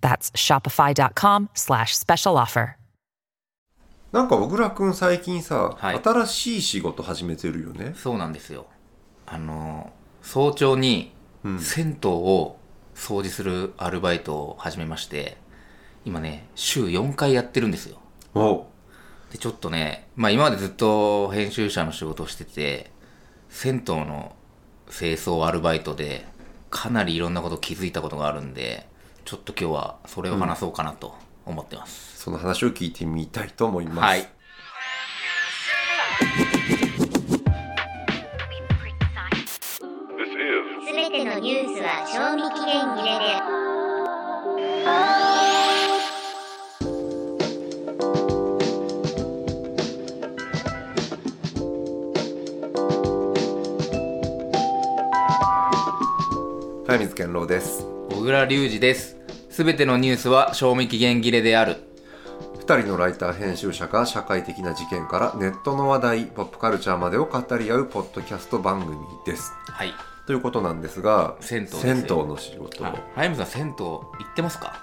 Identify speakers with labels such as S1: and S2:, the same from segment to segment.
S1: That's shopify.com slash special offer.
S2: なんか小倉くん最近さ、
S3: はい
S2: 新しい仕事始めてるよね
S3: そうなんですよ。あの、早朝に
S2: うん
S3: 銭湯を掃除するアルバイトを始めまして、今ね、週4回やってるんですよ。
S2: お
S3: で、ちょっとね、まあ今までずっと編集者の仕事をしてて、銭湯の清掃アルバイトで、かなりいろんなこと気づいたことがあるんで、ちょっと今日はそれを話そうかなと思ってます。
S2: その話を聞いてみたいと思います、
S3: はい。
S4: すべてのニュースは賞味期限切れで
S2: はい水健郎です
S3: 小倉隆二です。すべてのニュースは賞味期限切れである。
S2: 2人のライター編集者が社会的な事件からネットの話題ポップカルチャーまでを語り合うポッドキャスト番組です
S3: はい。
S2: ということなんですが
S3: 銭湯ですよ
S2: の仕事
S3: あ早見さん銭湯行ってますか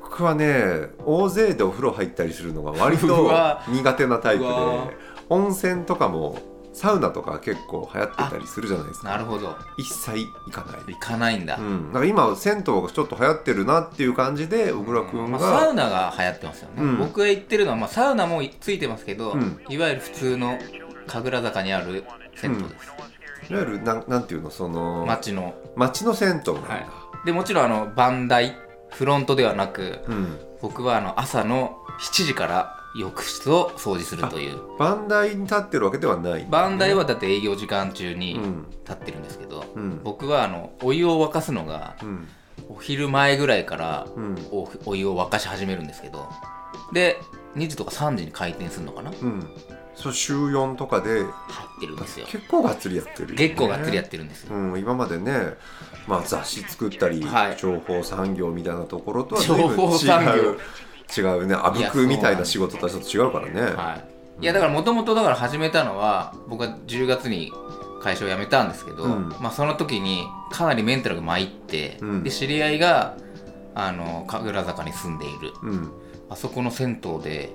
S2: 僕はね大勢でお風呂入ったりするのが割
S3: う
S2: と
S3: わ
S2: 苦手なタイプで
S3: うわ
S2: 温泉とかもサウナとか結構流行ってたりするじゃないです
S3: な
S2: か
S3: るほど
S2: 一切行かない
S3: 行かないんだ、
S2: うん、なんか今銭湯がちょっと流行ってるなっていう感じで小倉君
S3: まあ、サ
S2: が、
S3: ウナが流行ってますよね、
S2: うん
S3: 僕が行ってるのは、まあ、サウナもついてますけど、
S2: うん
S3: いわゆる普通の神楽坂にある銭湯です、
S2: いわゆるなんなんていうのその町
S3: 街の、
S2: の銭湯なんだ、
S3: はい、でもちろんあの番台フロントではなく、
S2: うん、
S3: 僕はあの朝の7時から浴室を掃除するという
S2: 番台に立ってるわけではない
S3: 番台はだって営業時間中に
S2: うん
S3: 立ってるんですけど、
S2: うん
S3: 僕はあのお湯を沸かすのが
S2: うん
S3: お昼前ぐらいから
S2: うん
S3: おお湯を沸かし始めるんですけどで2時とか3時に開店するのかな
S2: うんそう週4とかで
S3: 入ってるんですよ
S2: 結構がっつりやってるよね、
S3: 結構がっつりやってるんですよ
S2: うん、今までね、まあ、雑誌作ったり、
S3: はい
S2: 情報産業みたいなところとは
S3: 情報
S2: 随分
S3: 産業
S2: 違う違うねあぶくみたいな仕事とはちょっと違うからね、
S3: はいいやだからもともとだから始めたのは僕は10月に会社を辞めたんですけど、
S2: うん
S3: まあ、その時にかなりメンタルが参って、
S2: うん
S3: で知り合いがあの神楽坂に住んでいる
S2: うん
S3: あそこの銭湯で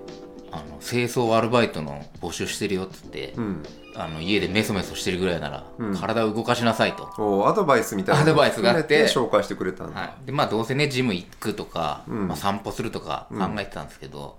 S3: あの清掃アルバイトの募集してるよっつって、
S2: うん、
S3: あの家でメソメソしてるぐらいなら、
S2: うん
S3: 体を動かしなさいと
S2: おアドバイスみたいなの
S3: アドバイスがあって
S2: 含め紹介してくれたんだ、
S3: はい、でまあどうせねジム行くとか、
S2: うん
S3: まあ、散歩するとか考えてたんですけど、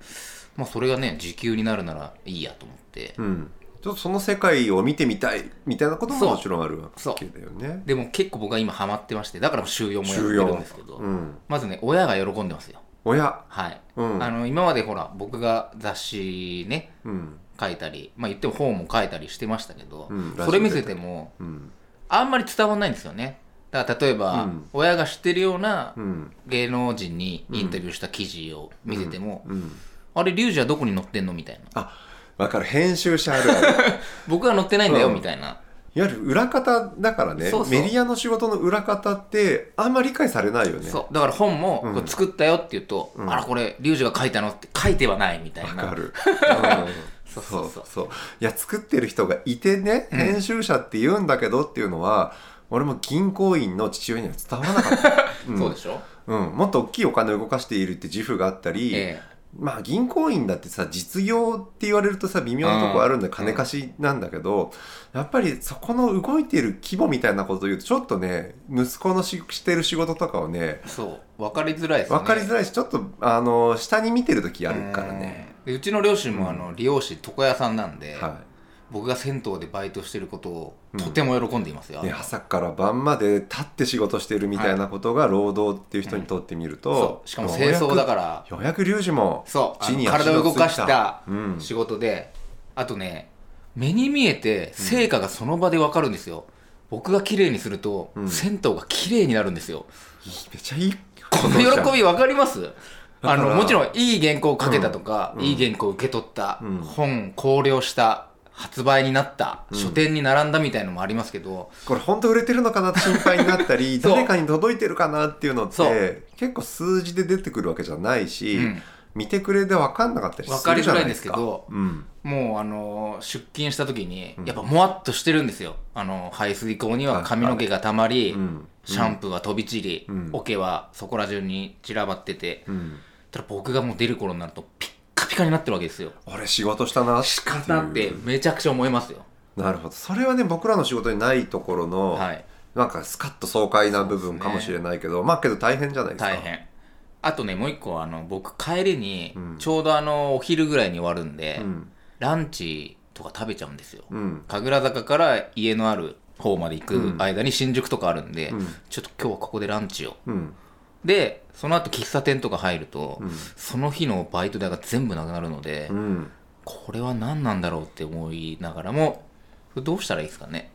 S3: まあそれがね時給になるならいいやと思って、
S2: うん、ちょっとその世界を見てみたいみたいなことも
S3: そう
S2: もちろんあるわけだよね。
S3: でも結構僕は今ハマってましてだから週4もやってるんですけど、
S2: うん、
S3: まずね親が喜んでますよ
S2: 親、
S3: はい、
S2: うん
S3: あの今までほら僕が雑誌ね
S2: うん
S3: 書いたりまあ言っても本も書いたりしてましたけど、
S2: うん
S3: それ見せても
S2: うん
S3: あんまり伝わんないんですよねだから例えば、
S2: うん
S3: 親が知ってるような
S2: うん
S3: 芸能人にインタビューした記事を見せても、
S2: うん、
S3: あれリュウジはどこに載ってんのみたいな
S2: あわかる編集者あるあ る
S3: 僕は乗ってないんだよ、
S2: うん
S3: みたいな。
S2: いわゆる裏方だからね
S3: そうそう
S2: メディアの仕事の裏方ってあんまり理解されないよね。
S3: そう。だから本も、
S2: うん
S3: これ作ったよって言うと、
S2: うん
S3: あら、これ、リュウジが書いたのって書いてはないみたいな。
S2: わかる。うん
S3: そうそうそう
S2: いや作ってる人がいてね編集者って言うんだけどっていうのは、俺も銀行員の父親には伝わらなか った、うん
S3: そうでしょ、
S2: うん、もっと大きいお金を動かしているって自負があったり、
S3: え
S2: まあ銀行員だってさ実業って言われるとさ微妙なとこあるんで
S3: うん
S2: 金貸しなんだけど、やっぱりそこの動いている規模みたいなことを言うとちょっとね息子のししてる仕事とかをね
S3: えそう。分かりづらいですね。
S2: 分かりづ
S3: い
S2: らいしちょっとあの下に見てる時あるからね。。
S3: でうちの両親も、あの、理容師、床屋さんなんで、
S2: は
S3: 僕が銭湯でバイトしてることを、
S2: うん
S3: とても喜んでいますよ。
S2: いね、朝から晩まで立って仕事してるみたいなことが労働っていう人にとってみると
S3: そ、う。しかも清掃だから、
S2: らようやく龍二も
S3: そう。あ
S2: 地
S3: の
S2: に足
S3: 体
S2: の
S3: を動
S2: つい
S3: かした
S2: うん
S3: 仕事で、あとね、目に見えて成果がその場で分かるんですよ。僕が綺麗にすると、
S2: うん
S3: 銭湯が綺麗になるんですよ。
S2: めっちゃいいこ
S3: この喜び分かりますあ
S2: だか
S3: の
S2: ら
S3: もちろんいい原稿を書けたとか、いい原稿を受け取った、
S2: うん
S3: 本考慮した発売になった、書店に並んだみたいのもありますけど
S2: これ本当売れてるのかなって心配になったり
S3: そう
S2: 誰かに届いてるかなっていうのっ
S3: そ
S2: て結構数字で出てくるわけじゃないし、
S3: うん
S2: 見てくれで分かんなかったり
S3: 分
S2: す
S3: かり
S2: るじ
S3: づ
S2: ゃ
S3: ら
S2: ないいで
S3: んです
S2: す
S3: け
S2: か。
S3: ど
S2: うん
S3: もうあの出勤した時にやっぱもわっとしてるんですよ、あの排水口には髪の毛がたまり、
S2: うん
S3: シャンプーは飛び散り、
S2: ん
S3: 桶はそこら中に散らばってて、
S2: うん、
S3: ただ僕がもう出る頃になるとピッカピカになってるわけですよ
S2: 俺仕事したな仕
S3: だってめちゃくちゃ思いますよ
S2: なるほどそれはね僕らの仕事にないところの、
S3: はい
S2: なんかスカッと爽快な部分かもしれないけど、まあけど大変じゃないですか
S3: 大変あとねもう一個はあの僕帰りに
S2: うん
S3: ちょうどあのお昼ぐらいに終わるんで、
S2: うん
S3: ランチとか食べちゃうんですよ、
S2: うん
S3: 神楽坂から家のある方まで行く
S2: うん
S3: 間に新宿とかあるんで、
S2: うん
S3: ちょっと今日はここでランチを
S2: うん
S3: でその後喫茶店とか入ると、
S2: うん
S3: その日のバイト代が全部なくなるので、
S2: うん
S3: これは何なんだろうって思いながらもどうしたらいいです かね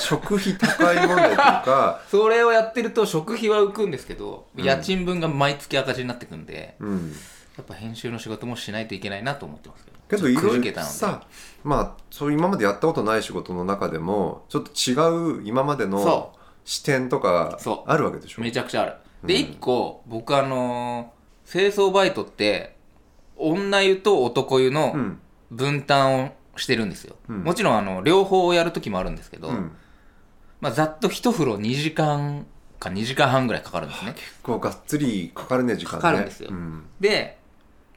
S2: 食費高い問題というか
S3: それをやってると食費は浮くんですけど、家賃分が毎月赤字になってくんで
S2: うん
S3: やっぱ編集の仕事もしないといけないなと思ってますけど
S2: けど
S3: ち
S2: い
S3: ょっと
S2: ろ
S3: くじ
S2: い
S3: け
S2: ろ
S3: たので
S2: さまあそう今までやったことない仕事の中でもちょっと違う今までの
S3: そ
S2: 視点とか
S3: そう
S2: あるわけでしょ
S3: めちゃくちゃあるで1個僕あのー清掃バイトって女湯と男湯
S2: う
S3: の
S2: ん
S3: 分担をしてるんですよ、
S2: うん
S3: もちろんあの両方やる時もあるんですけど、
S2: うん
S3: まあ、ざっと1風呂2時間か2時間半ぐらいかかるんですね
S2: こうがっつりかかるね時間ね
S3: かかるんですよ
S2: うん
S3: で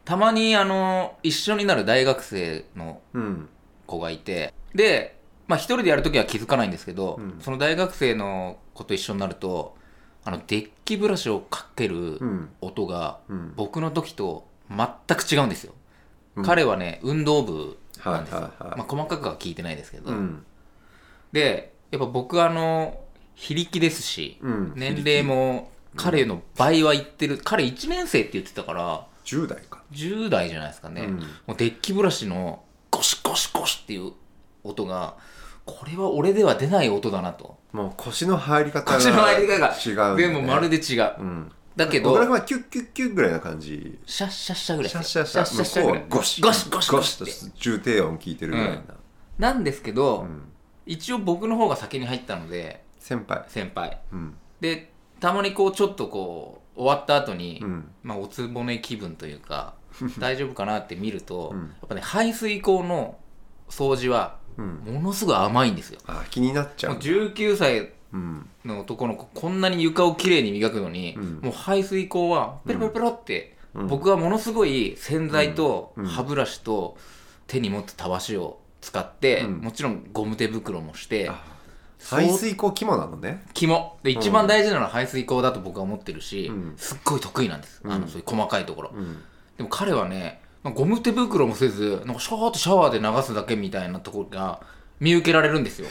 S3: たまにあの一緒になる大学生の
S2: うん
S3: 子がいてでまあ一人でやるときは気づかないんですけど、
S2: うん
S3: その大学生の子と一緒になるとあのデッキブラシをかける
S2: うん
S3: 音が
S2: うん
S3: 僕の時と全く違うんですよ、
S2: うん
S3: 彼はね運動部なんですよ、
S2: はいはいはい
S3: まあ、細かくは聞いてないですけど、
S2: うん
S3: でやっぱ僕はあの非力ですし、
S2: うん
S3: 年齢も彼の倍はいってる、彼1年生って言ってたから
S2: 10代か
S3: 10代じゃないですかね、
S2: うん
S3: もうデッキブラシのゴシゴシゴシっていう音がこれは俺では出ない音だなと
S2: もう腰の入り方が
S3: 腰の入り方が
S2: 違うんだよね
S3: でもまるで違う、
S2: うん
S3: だけ
S2: 僕ら
S3: ど
S2: はキュッキュッキュッぐらいな感じ
S3: シャッシャッシャぐらい
S2: シャ
S3: で
S2: ッ
S3: す
S2: シャッ
S3: よ
S2: シャ
S3: シャッシャ
S2: 向
S3: ぐ
S2: こう
S3: ら
S2: はいゴシ
S3: ゴシゴシゴシ
S2: と
S3: って
S2: 重低音聞いてるぐらいな、
S3: なんですけど、
S2: ん
S3: 一応僕の方が先に入ったので
S2: 先輩
S3: 先輩
S2: うん
S3: でたまにこうちょっとこう終わった後に、
S2: うん
S3: まあ、おつぼね気分とい うか大丈夫かなって見ると、
S2: うん
S3: やっぱね排水口の掃除は
S2: うん
S3: ものすごい甘いんですよ、
S2: あ気になっちゃ
S3: もう
S2: う
S3: 19歳
S2: うん
S3: の男の子こんなに床をきれいに磨くのに、
S2: うん
S3: もう排水口はペロペロペロって、
S2: うん
S3: 僕はものすごい洗剤と
S2: うん
S3: 歯ブラシと手に持つたわしを使って、
S2: うん
S3: もちろんゴム手袋もして、
S2: あ排水口肝なのね
S3: 肝で一番大事なのは排水口だと僕は思ってるし、
S2: うん
S3: すっごい得意なんです、あ
S2: う
S3: の
S2: ん
S3: そういう細かいところ、
S2: うん
S3: でも彼はねゴム手袋もせずなんかシャーッとシャワーで流すだけみたいなところが見受けられるんですよ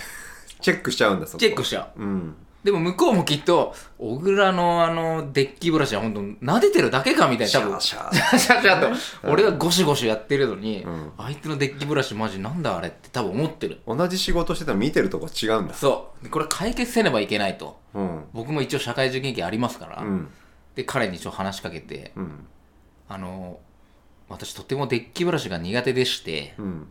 S2: チェックしちゃうんだそこ
S3: チェックしちゃう
S2: うん
S3: でも向こうもきっと小倉のあのデッキブラシは本当撫でてるだけかみたいな
S2: シ
S3: 多
S2: ャ
S3: 分
S2: ーシャー
S3: シャシャと俺がゴシゴシやってるのに、
S2: うん
S3: 相手のデッキブラシマジなんだあれって多分思ってる
S2: 同じ仕事してたら見てるとこ違うんだ
S3: そうでこれ解決せねばいけないと
S2: うん
S3: 僕も一応社会人経験ありますから、
S2: うん
S3: で彼に一応話しかけて、
S2: うん
S3: あの私とてもデッキブラシが苦手でして、
S2: うん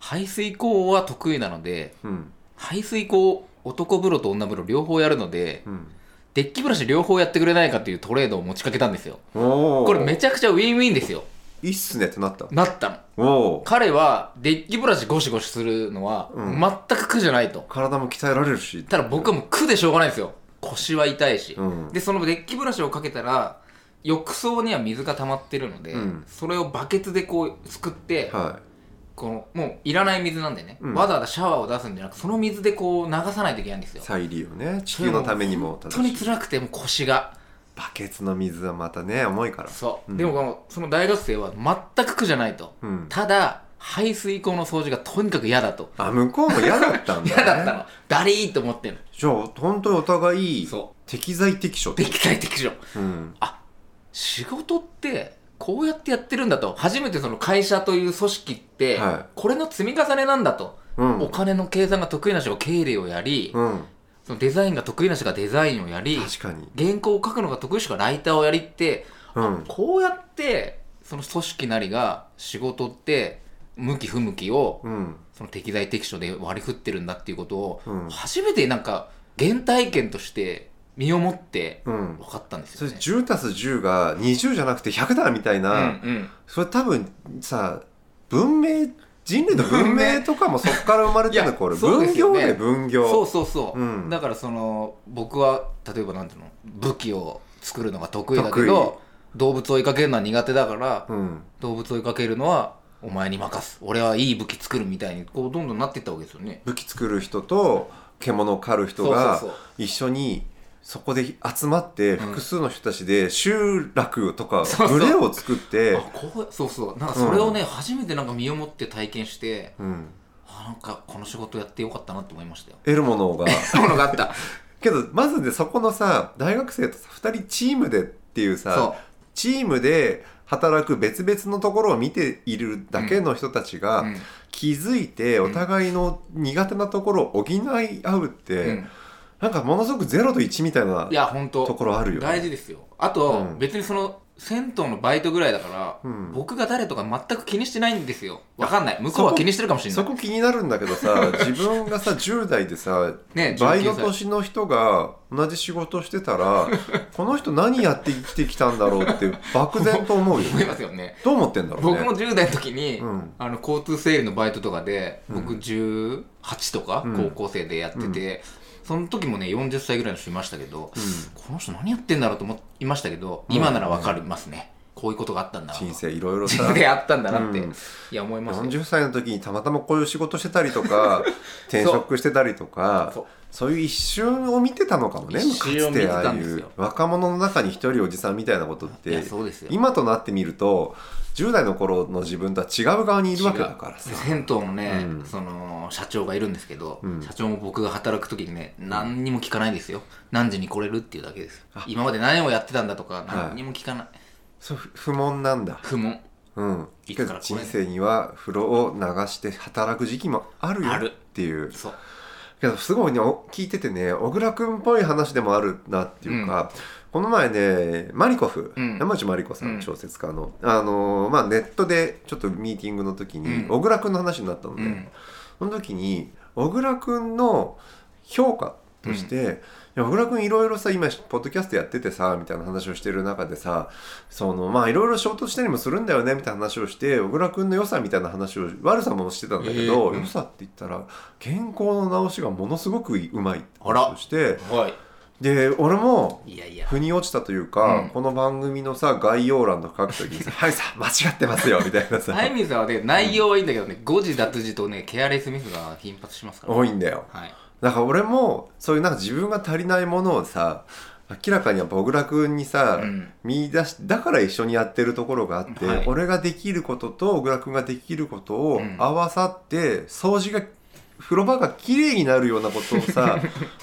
S3: 排水口は得意なので
S2: うん
S3: 排水口男風呂と女風呂両方やるので、
S2: うん
S3: デッキブラシ両方やってくれないかっていうトレードを持ちかけたんですよ
S2: おお
S3: これめちゃくちゃウィンウィンですよ
S2: いいっすねってなった
S3: なったの
S2: おお
S3: 彼はデッキブラシゴシゴシするのは
S2: うん
S3: 全く苦じゃないと、
S2: 体も鍛えられるした
S3: だ僕はもう苦でしょうがないんですよ腰は痛いし、
S2: うん
S3: でそのデッキブラシをかけたら浴槽には水が溜まってるので、
S2: うん
S3: それをバケツでこうすくって、
S2: は
S3: このもういらない水なんでね、
S2: うん
S3: わざわざシャワーを出すんじゃなくその水でこう流さないといけないんです
S2: い
S3: よ
S2: 再利用ね地球のためにも
S3: 本当に
S2: 正しい
S3: 辛くてもう腰が
S2: バケツの水はまたね重いから
S3: そう、
S2: ん
S3: でもこのその大学生は全く苦じゃないと、
S2: うん
S3: ただ排水口の掃除がとにかく嫌だと
S2: あ向こうも嫌だったんだ、ね、
S3: 嫌だったのダリーって思ってんの
S2: じゃあ本当にお互い
S3: そ
S2: 適材適所って
S3: できないできない
S2: うん
S3: 仕事ってこうやってやってるんだと初めてその会社という組織って、
S2: はい
S3: これの積み重ねなんだと、
S2: うん
S3: お金の計算が得意な人が経理をやり、
S2: うん
S3: そのデザインが得意な人がデザインをやり
S2: 確かに
S3: 原稿を書くのが得意な人がライターをやりって、あ
S2: うん
S3: こうやってその組織なりが仕事って向き不向きを、
S2: うん
S3: その適材適所で割り振ってるんだっていうことを、
S2: うん
S3: 初めてなんか原体験として身をもって
S2: うん
S3: 分かったんです
S2: そ
S3: よ
S2: れ
S3: ね。
S2: 10たす10が20じゃなくて100だみたいな、
S3: うんうん
S2: それ多分さ文明人類の文明とかもそこから生まれてるのこれ
S3: そうで
S2: 分
S3: すよ
S2: 業
S3: ね
S2: で分
S3: そう
S2: 業
S3: そうそう、
S2: うん
S3: だからその僕は例えばなんていうの武器を作るのが得意だけど動物を追いかけるのは苦手だから、
S2: うん
S3: 動物を追いかけるのはお前に任す俺はいい武器作るみたいにこうどんどんなっていったわけですよね
S2: 武器作る人と獣を狩る人が
S3: そうそう
S2: 一緒にそこで集まって複数の人たちで集落とか
S3: そうそう
S2: 群れを作って
S3: あこうそうそうなんかそれをね、初めてなんか身をもって体験して
S2: うん
S3: あなんかこの仕事やってよかったなって思いましたよ
S2: 得るものが
S3: ものがあった
S2: けどまずねそこのさ大学生とさ2人チームでっていう
S3: そう
S2: さチームで働く別々のところを見ているだけの人たちが、
S3: うん
S2: 気づいてお互いの苦手なところを補い合うって、
S3: うん
S2: なんかものすごく0と1みたいない
S3: や本当
S2: ところあるよね
S3: 大事ですよあと、
S2: うん
S3: 別にその銭湯のバイトぐらいだか
S2: う
S3: ら、
S2: ん
S3: 僕が誰とか全く気にしてないんですよわかんない向こうは気にしてるかもしれな
S2: そ
S3: い
S2: こ気になるんだけどさ 自分がさ10代でさ、
S3: ね
S2: 倍の
S3: 19歳
S2: 年の人が同じ仕事してた らこの人何やって生きてきたんだろうって漠然と思うよ
S3: 思い
S2: ね
S3: ますよね
S2: どう思ってんだろうね
S3: 僕も10代の時に、
S2: うん
S3: あの交通整理のバイトとかで僕
S2: う
S3: 18とか
S2: うん
S3: 高校生でやってて、その時もね40歳ぐらいの人いましたけど、
S2: ん
S3: この人何やってんだろうと思いましたけど今ならわかりますね、こういうことがあったんだなと
S2: 人生いろいろ
S3: 人
S2: さ
S3: 生あったんだなって、
S2: うん
S3: いや思いましたよ
S2: 40歳の時にたまたまこういう仕事してたりと か転職してたりとかそ
S3: そうう
S2: いう一瞬を見てたのかもね
S3: 一
S2: か
S3: 瞬を
S2: つ
S3: 見
S2: て
S3: て
S2: あ
S3: た
S2: あい
S3: んですよ
S2: う若者の中に一人おじさんみたいなことっ
S3: い
S2: て
S3: やそうですよ
S2: 今となってみると10代の頃の自分とは違う側にいるわけだからさ
S3: 違う銭湯のね、
S2: うん
S3: その社長がいるんですけど、
S2: うん
S3: 社長も僕が働く時にね何にも聞かないですよ何時に来れるっていうだけですよ今まで何をやってたんだとか何にも聞かない、
S2: そう不問なんだ
S3: 不問
S2: うん
S3: い
S2: け
S3: つか
S2: ど
S3: らこ
S2: 人
S3: れ
S2: 生には風呂を流して働く時期もあるよ
S3: ある
S2: っていう
S3: そう
S2: けどすごいねお聞いててね小倉君っぽい話でもあるなっていうか、この前ねマリコフ、
S3: うん
S2: 山内マリコさん、
S3: うん
S2: 小説家の、あのーまあ、ネットでちょっとミーティングの時に、
S3: うん
S2: 小倉君の話になったので、
S3: うん
S2: その時に小倉君の評価として、いや小倉君いろいろさ今ポッドキャストやっててさみたいな話をしてる中でさそのまあいろいろ仕事したりもするんだよねみたいな話をして小倉君の良さみたいな話を悪さもしてたんだけど、
S3: えー
S2: 良さって言ったら原稿の直しがものすごくうまいって
S3: あら
S2: 話をして
S3: はい
S2: で俺も
S3: いやいや
S2: 腑に落ちたというか、
S3: うん
S2: この番組のさ概要欄とか書く ときにさ「はいさ間違ってますよ」みたいなさ
S3: あいみんさんはね内容はいいんだけどね誤字脱字とねケアレスミスが頻発しますから、
S2: 多いんだよ。
S3: はい
S2: だから俺もそういうなんか自分が足りないものをさ明らかにやっぱ小倉君にさ、
S3: うん
S2: 見出しだから一緒にやってるところがあって、
S3: はい
S2: 俺ができることと小倉君ができることを
S3: うん
S2: 合わさって、掃除が風呂場が綺麗になるようなことを さ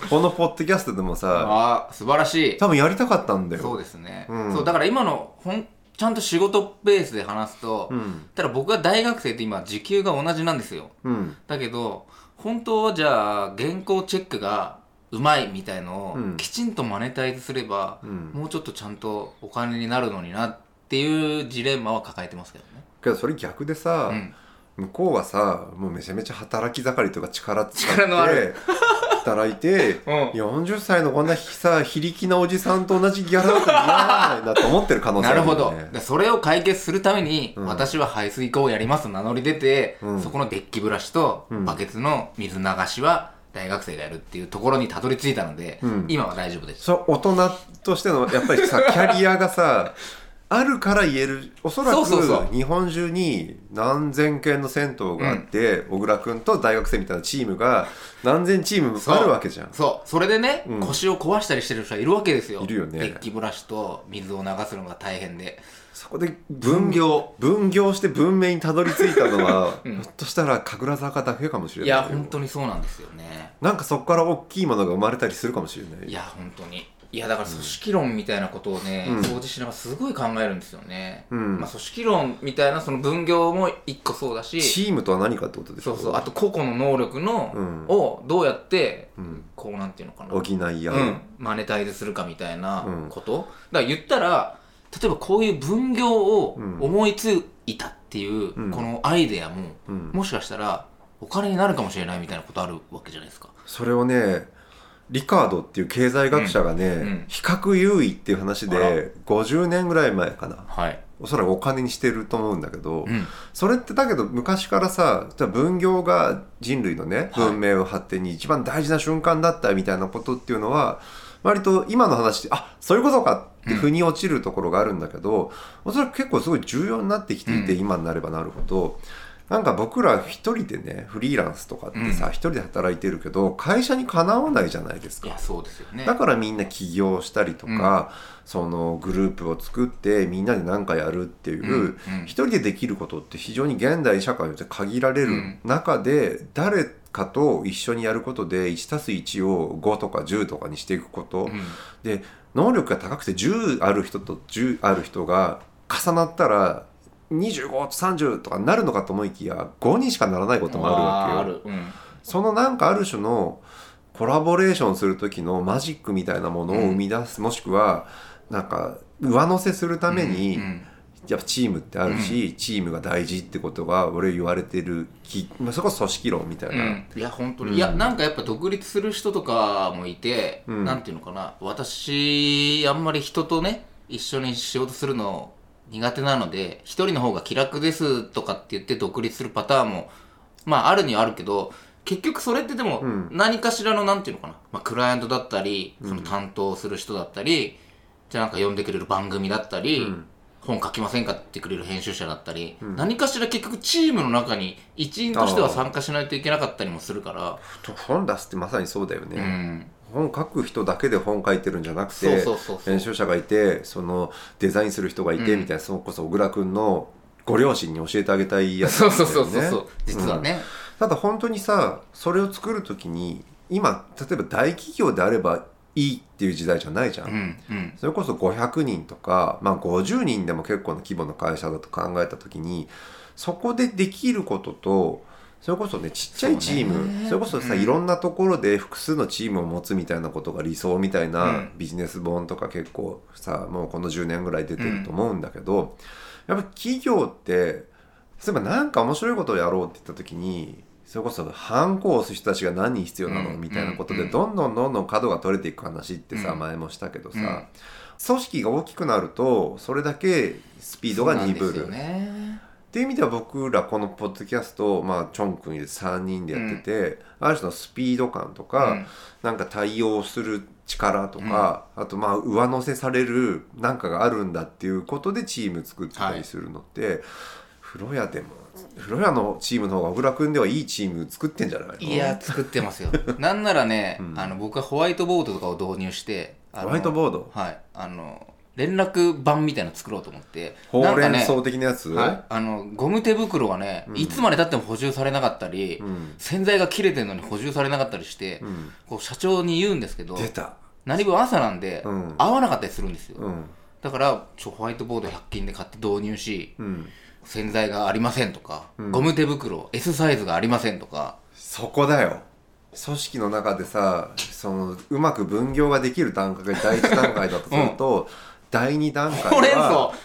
S2: このポッドキャストでもさ
S3: ああ素晴らしい
S2: 多分やりたかったんだよ。
S3: そうですね、
S2: うん
S3: そうだから今のほんちゃんと仕事ベースで話すと、
S2: うん
S3: ただ僕は大学生って今時給が同じなんですよ
S2: うん
S3: だけど本当はじゃあ原稿チェックがうまいみたいの
S2: うん
S3: をきちんとマネタイズすれば、
S2: うん
S3: もうちょっとちゃんとお金になるのになっていうジレンマは抱えてますけどね
S2: けどそれ逆でさ、
S3: うん
S2: 向こうはさもうめちゃめちゃ働き盛りとか力使って
S3: 力のある
S2: 働いて、
S3: うん
S2: 40歳のこんなひさ非力なおじさんと同じギャラだと似合わないなと思ってる可能性
S3: な
S2: あ
S3: る
S2: よ
S3: ほど、でそれを解決するために、
S2: うん
S3: 私は排水溝をやりますと名乗り出て、
S2: うん
S3: そこのデッキブラシと
S2: うん
S3: バケツの水流しは大学生がやるっていうところにたどり着いたので、
S2: うん
S3: 今は大丈夫です
S2: そう大人としてのやっぱり さキャリアがさあるから言えるおそら
S3: そ
S2: く
S3: うそうそう
S2: 日本中に何千軒の銭湯があって、小倉君と大学生みたいなチームが何千チーム
S3: そう
S2: あるわけじゃん。
S3: そうそれでね、
S2: うん
S3: 腰を壊したりしてる人はいるわけですよ
S2: いるよね
S3: デッキブラシと水を流すのが大変で
S2: そこで
S3: 分業
S2: 分業して文明にたどり着いたのは、ひょっとしたら神楽坂だけかもしれないい
S3: や本当にそうなんですよね
S2: なんかそこから大きいものが生まれたりするかもしれない
S3: いや本当にいやだから組織論みたいなことをね、
S2: うん
S3: 掃除しながらすごい考えるんですよね、
S2: うん
S3: まあ、組織論みたいなその分業も一個そうだし
S2: チームとは何かってことでしょ
S3: そうそうあと個々の能力の、
S2: うん
S3: をどうやって、
S2: ん
S3: こうなんていうのかな
S2: 補い合う、
S3: うん、マネタイズするかみたいな
S2: うん
S3: こと、だから言ったら例えばこういう分業を
S2: うん
S3: 思いついたっていう、
S2: うん
S3: このアイデアも、
S2: うん
S3: もしかしたらお金になるかもしれないみたいなことあるわけじゃないですか。
S2: それをねリカードっていう経済学者がね、
S3: んうん
S2: 比較優位っていう話
S3: あら
S2: で50年ぐらい前かな
S3: はい、
S2: おそらくお金にしてると思うんだけど、
S3: うん
S2: それってだけど昔からさじゃあ分業が人類のね
S3: はい
S2: 文明を発展に一番大事な瞬間だったみたいなことっていうのは割と今の話であそういうことかって腑に落ちるところがあるんだけど、おそらく結構すごい重要になってきていて、
S3: うん
S2: 今になればなるほど。なんか僕ら一人でねフリーランスとかってさ
S3: うん
S2: 一人で働いてるけど会社にかなわないじゃないです
S3: い
S2: か
S3: やそうですよね
S2: だからみんな起業したりとか、そのグループを作ってみんなで何かやるっていう、
S3: うんうん
S2: 一人でできることって非常に現代社会によって限られる中で、誰かと一緒にやることで 1+1 を5とか10とかにしていくこと、
S3: うん
S2: で能力が高くて10ある人と10ある人が重なったら25と30とかなるのかと思いきや5にしかならないこともあるわけよ。
S3: あるうん
S2: そのなんかある種のコラボレーションする時のマジックみたいなものを生み出す、もしくはなんか上乗せするために、
S3: うんうん
S2: やっぱチームってあるし、チームが大事ってことが俺言われてるき、まあ、そこは組織論みたいな、
S3: いや本当に、
S2: うん
S3: いやなんかやっぱ独立する人とかもいて、
S2: うん
S3: なんていうのかな私あんまり人とね一緒に仕事するの苦手なので一人の方が気楽ですとかって言って独立するパターンもまああるにはあるけど結局それってでも
S2: うん
S3: 何かしらのなんていうのかな、まあ、クライアントだったりその担当する人だったり、じゃあなんか呼んでくれる番組だったり、
S2: うん
S3: 本書きませんかって言ってくれる編集者だったり、
S2: ん
S3: 何かしら結局チームの中に一員としては参加しないといけなかったりもするから、
S2: 本出すってまさにそうだよね、
S3: うん、
S2: 本書く人だけで本書いてるんじゃなく
S3: そう
S2: て
S3: そうそうそう
S2: 編集者がいてそのデザインする人がいて
S3: うん
S2: みたいな、それこそ小倉君のご両親に教えてあげたいやつ
S3: そ
S2: なん
S3: う
S2: だ
S3: そ
S2: よ
S3: う
S2: ね
S3: そうそうそう実はね、
S2: ただ本当にさそれを作る時に今例えば大企業であればいいっていう時代じゃないじゃん、
S3: うんうん
S2: それこそ500人とか、まあ、50人でも結構な規模の会社だと考えた時にそこでできることとそれこそねちっちゃいチー
S3: そう
S2: ムそ,、
S3: ね
S2: れこそさ、
S3: うん
S2: いろんなところで複数のチームを持つみたいなことが理想みたいうなんビジネス本とか結構さもうこの10年ぐらい出てると思うんだけど、やっぱ企業って例えば何か面白いことをやろうって言った時にそれこそハンコを押す人たちが何人必要なの
S3: うん
S2: みたいなこと
S3: う
S2: で
S3: ん
S2: どんどんどんどん角が取れていく話ってさ、
S3: うん
S2: 前もしたけどさ、
S3: うん
S2: 組織が大きくなるとそれだけスピードが鈍
S3: そう
S2: る、
S3: なんですよね
S2: っていう意味では僕らこのポッドキャストを、まあ、チョン君で3人でやってて、ある種のスピード感とか、
S3: うん
S2: なんか対応する力とか、あとまあ上乗せされるなんかがあるんだっていうことでチーム作ってたりするのって、風呂屋でも風呂屋のチームの方が小倉君ではいいチーム作ってんじゃないの
S3: いや作ってます よなんならね、
S2: ん
S3: あの僕はホワイトボードとかを導入してあの
S2: ホワイトボード
S3: はいあの連絡板みたいなの作ろうと思って
S2: ほうれ
S3: なんんか
S2: 草
S3: ね
S2: 的なやつ、
S3: はい、あのゴム手袋がね、いつまでたっても補充されなかったり、
S2: ん
S3: 洗剤が切れてるのに補充されなかったりして、
S2: ん
S3: こう社長に言うんですけど
S2: 出た、
S3: 何分朝なんで、
S2: うん
S3: 合わなかったりするんですよ、
S2: うん
S3: だからちょホワイトボード100均で買って導入し、
S2: うん、
S3: 洗剤がありませんとか、ゴム手袋 S サイズがありませんとか
S2: そこだよ組織の中でさそのうまく分業ができる段階が第一段階だとすると、第二段階は
S3: ほうれん草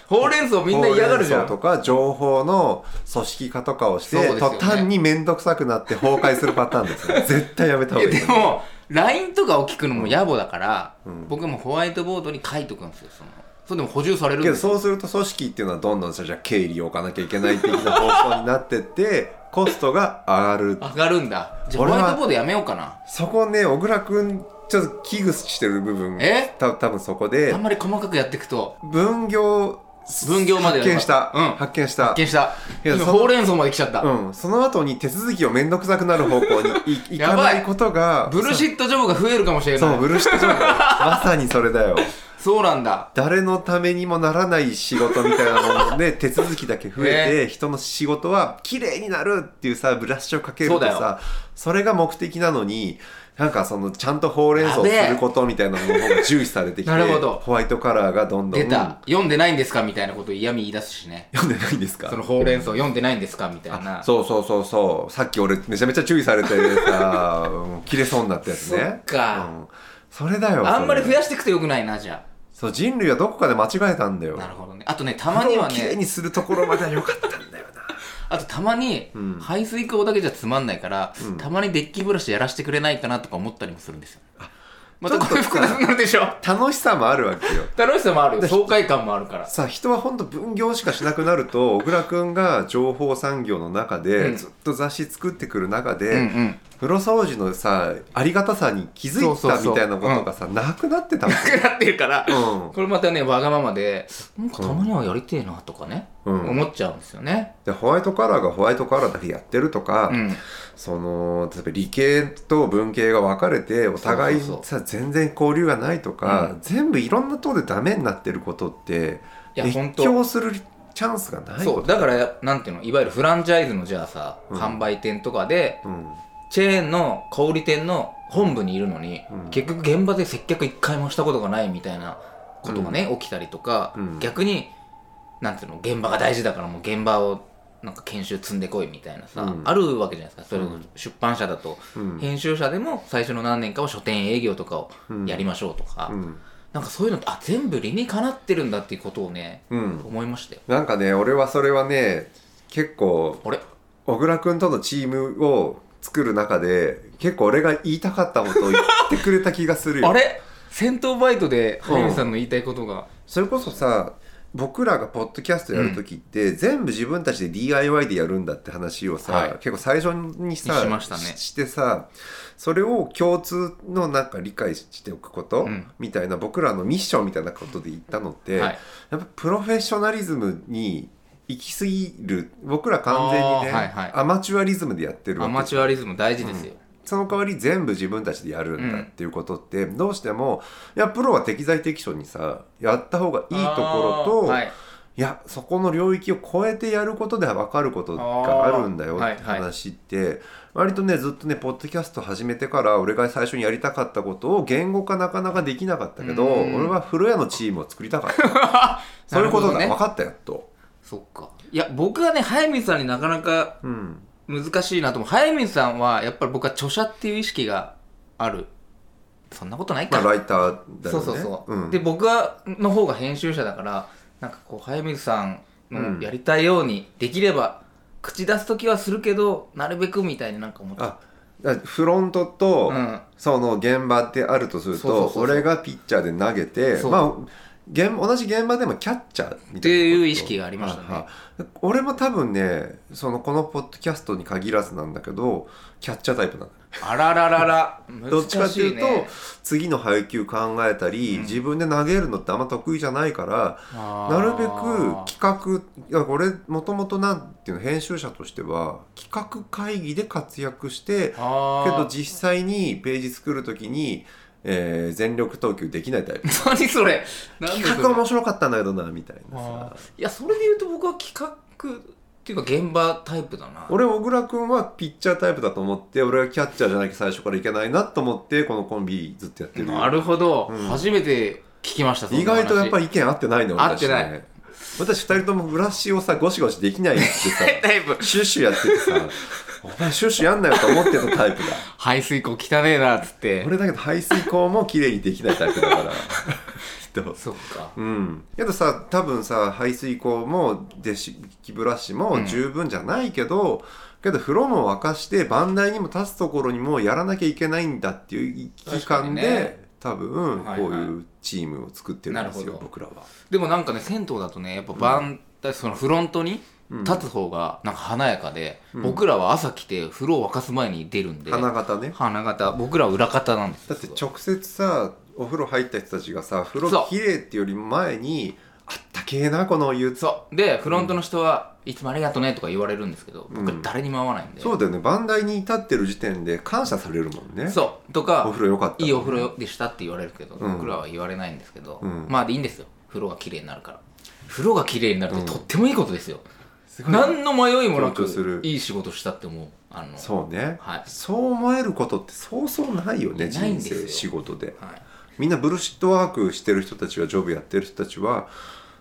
S3: ほうれん草みんな嫌がるじゃ
S2: ほ
S3: ん
S2: うれん草とか情報の組織化とかをして、
S3: そうですよね
S2: 途端に面倒くさくなって崩壊するパターンです ね絶対やめた方
S3: い
S2: が
S3: や
S2: いい
S3: でも LINE とかを聞くのも野暮だから、僕もホワイトボードに書いとくんですよそのそれでも補充されるん
S2: け
S3: で
S2: ど
S3: すよ
S2: そうすると組織っていうのはどんどんじゃあ経理を置かなきゃいけない的な方向になってってコストが上がる
S3: 上がるんだじゃあ
S2: 俺
S3: ホ
S2: は
S3: ワイトボードやめようかな
S2: そこね小倉君ちょっと危惧してる部分
S3: え
S2: た多分そこで
S3: あんまり細かくやっていくと
S2: 分業
S3: 分業まで
S2: 発
S3: やれば
S2: 見した、
S3: うん
S2: 発見した
S3: 発見した
S2: いや
S3: 今
S2: その
S3: ほうれん草まで来ちゃった、
S2: うん、その後に手続きを面倒くさくなる方向に いい
S3: や
S2: か
S3: ばい
S2: ないことが
S3: ブルシットジョブが増えるかもしれ
S2: そう
S3: な
S2: そ
S3: いう
S2: ブルシットジョブまさにそれだよ
S3: そうなんだ
S2: 誰のためにもならない仕事みたいなもので 手続きだけ増えて、人の仕事は綺麗になるっていうさブラシをかけると
S3: そうだよ
S2: さそれが目的なのになんかそのちゃんとほうれん草
S3: や
S2: を
S3: べ
S2: す
S3: え
S2: ることみたいなのの方が重視されてきて
S3: なるほど
S2: ホワイトカラーがどんどん
S3: 出た、読んでないんですかみたいなことを嫌味言い出すしね
S2: 読んでないんですか
S3: そのほうれん草読んでないんですかみたいな
S2: そうそうそうそうさっき俺めちゃめちゃ注意されて さうん切れそうになったやつね
S3: そっか
S2: うんそれだよ
S3: あんまり
S2: そ
S3: 増
S2: れ
S3: やしていくとよくないなじゃ
S2: そう人類はどこかで間違えたんだよ
S3: あなるほどねあとねたまには
S2: 綺麗
S3: ね
S2: にするところまでは良かったんだよな
S3: あとたまに
S2: ん
S3: 排水口だけじゃつまんないから、たまにデッキブラシやらせてくれないかなとか思ったりもするんですよまた
S2: ちょっ
S3: ことれ複雑になるでしょ
S2: 楽しさもあるわけよ
S3: 楽しさもあるよ爽快感もあるから
S2: さあ人は本当分業しかしなくなると小倉君が情報産業の中で、
S3: うん
S2: ずっと雑誌作ってくる中で、
S3: うんうん
S2: 風呂掃除のさありがたさに気づい
S3: そうそう
S2: た
S3: そう
S2: みたいなことがさなくなってたもん
S3: なくなってるから、
S2: うん
S3: これまたねわがままでなんかたまにはやりてえなとかね、
S2: うん
S3: 思っちゃうんですよね、
S2: でホワイトカラーがホワイトカラーだけやってるとか、
S3: うん、
S2: その例えば理系と文系が分かれてお互い
S3: そうそう
S2: さ全然交流がないとか、全部いろんなとこでダメになってることって
S3: いや本
S2: 熱
S3: 当
S2: 狂するチャンスがない
S3: そうだからなんていうのいわゆるフランチャイズのじゃあさ、
S2: うん
S3: 販売店とかで
S2: うん、
S3: チェーンの小売店の本部にいるのに、
S2: うん
S3: 結局現場で接客一回もしたことがないみたいなことがね、起きたりとか、
S2: うん
S3: 逆になんていうの現場が大事だからもう現場をなんか研修積んでこいみたいなさ、
S2: うん
S3: あるわけじゃないですかそれ
S2: う
S3: を出版社だと、
S2: うん
S3: 編集者でも最初の何年かは書店営業とかを
S2: うん
S3: やりましょうとか、
S2: うん
S3: なんかそういうのってあ全部理にかなってるんだっていうことをね、
S2: うん
S3: 思いましたよ。
S2: なんかね俺はそれはね結構
S3: あれ
S2: 小倉君とのチームを作る中で結構俺が言いたかったことを言ってくれた気がするよ
S3: あれ戦闘バイトで
S2: うん
S3: 早見さんの言いたいことが、
S2: それこそさ僕らがポッドキャストやる時って、全部自分たちで DIY でやるんだって話をさ、
S3: はい
S2: 結構最初にさ
S3: しましたね
S2: してさそれを共通のなんか理解しておくこと、
S3: うん
S2: みたいな僕らのミッションみたいなことで言ったのって、
S3: はい
S2: やっぱプロフェッショナリズムに行き過ぎる僕ら完全にね、
S3: あーはいはい
S2: アマチュアリズムでやってる
S3: ア
S2: わけ
S3: マチュアリズム大事ですよ、
S2: その代わり全部自分たちでやるんだっていうことって、どうしてもいやプロは適材適所にさやった方がいいところと、
S3: あーはい
S2: いやそこの領域を超えてやることで分かることがあるんだよって話って、割とねずっとねポッドキャスト始めてから俺が最初にやりたかったことを言語化なかなかできなかったけど
S3: うん
S2: 俺は風呂屋のチームを作りたかったそういうことだ、
S3: なるほど
S2: 分
S3: ね
S2: かったよと。
S3: そっかいや僕はね早見さんになかなか
S2: うん
S3: 難しいなと思う早見さんはやっぱり僕は著者っていう意識があるそんなことない
S2: ま
S3: か、
S2: あ、ライターだよね
S3: そうそうそう、
S2: うん、
S3: で僕はの方が編集者だからなんかこう早見さん
S2: う
S3: の
S2: ん
S3: やりたいようにできれば、口出す時はするけどなるべくみたいになんか思って
S2: あだからフロントと、
S3: うん
S2: その現場であるとすると
S3: そうそうそうそう
S2: 俺がピッチャーで投げて
S3: そう
S2: まあ現同じ現場でもキャッチャーみたいなこと
S3: っていう意識がありましたね
S2: はいはい俺も多分ねそのこのポッドキャストに限らずなんだけどキャッチャータイプなんだ
S3: あらららら難しい、ね、
S2: どっちかっていうと、次の配球考えたり、自分で投げるのってあんま得意じゃないから
S3: あ
S2: な
S3: ー
S2: るべく企画いや俺もともとなんていうの編集者としては企画会議で活躍して
S3: あ
S2: け
S3: ー
S2: ど実際にページ作るときに、えー全力投球できないタイプ
S3: 何それなん
S2: 企
S3: でそれ
S2: 画は面白かったんだけどなみたいな
S3: あ
S2: さ
S3: ーいやそれで言うと僕は企画っていうか現場タイプだな
S2: 俺小倉君はピッチャータイプだと思って俺はキャッチャーじゃなきゃ最初からいけないなと思ってこのコンビずっとやってる
S3: なるほど、
S2: うん
S3: 初めて聞きましたそん
S2: 意
S3: な話
S2: 外とやっぱり意見合ってないね俺たちね
S3: 合ってない
S2: 私二人ともブラシをさゴシゴシできないってさ
S3: タイプ
S2: シュッシュやっててさお前シュッシュやんなよと思ってたタイプだ
S3: 排水口汚 えなっつって
S2: 俺だけど排水口も綺麗にできないタイプだ からきっと
S3: そっか
S2: うん、けどさ多分さ排水口もデシキブラシも十分じゃないけど、けど風呂も沸かして番台にも立つところにもやらなきゃいけないんだっていう危機感で、
S3: 確かにね
S2: 多分
S3: はいはい
S2: こういうチームを作ってるんです
S3: なる
S2: よ、
S3: ほど
S2: 僕らは。
S3: でもなんかね銭湯だとねやっぱバン、そのフロントに立つ方がなんか華やかで、僕らは朝来て風呂を沸かす前に出るんで
S2: 花形ね
S3: 花形僕らは裏方なんですよ
S2: だって直接さお風呂入った人たちがさ風
S3: そう
S2: 呂きれいっていうよりも前にあったけえなこのお湯
S3: そうでフロントの人は、いつもありがとねとか言われるんですけど僕は誰にも会わないんで、
S2: そうだよね番台に立ってる時点で感謝されるもんね。
S3: そうとか
S2: お風呂良かった
S3: いいお風呂でしたって言われるけど、
S2: ん
S3: 僕らは言われないんですけど、
S2: うん
S3: まあいいんですよ風呂が綺麗になるから風呂が綺麗になるってとってもいいことですよ、
S2: すごい
S3: 何の迷いもな
S2: 強調する
S3: くいい仕事したって思うあの
S2: そうね、
S3: はい
S2: そう思えることってそうそうないよね
S3: ないん
S2: 人
S3: ですよ
S2: 生仕事で
S3: はい、
S2: みんなブルシットワークしてる人たちがジョブやってる人たちは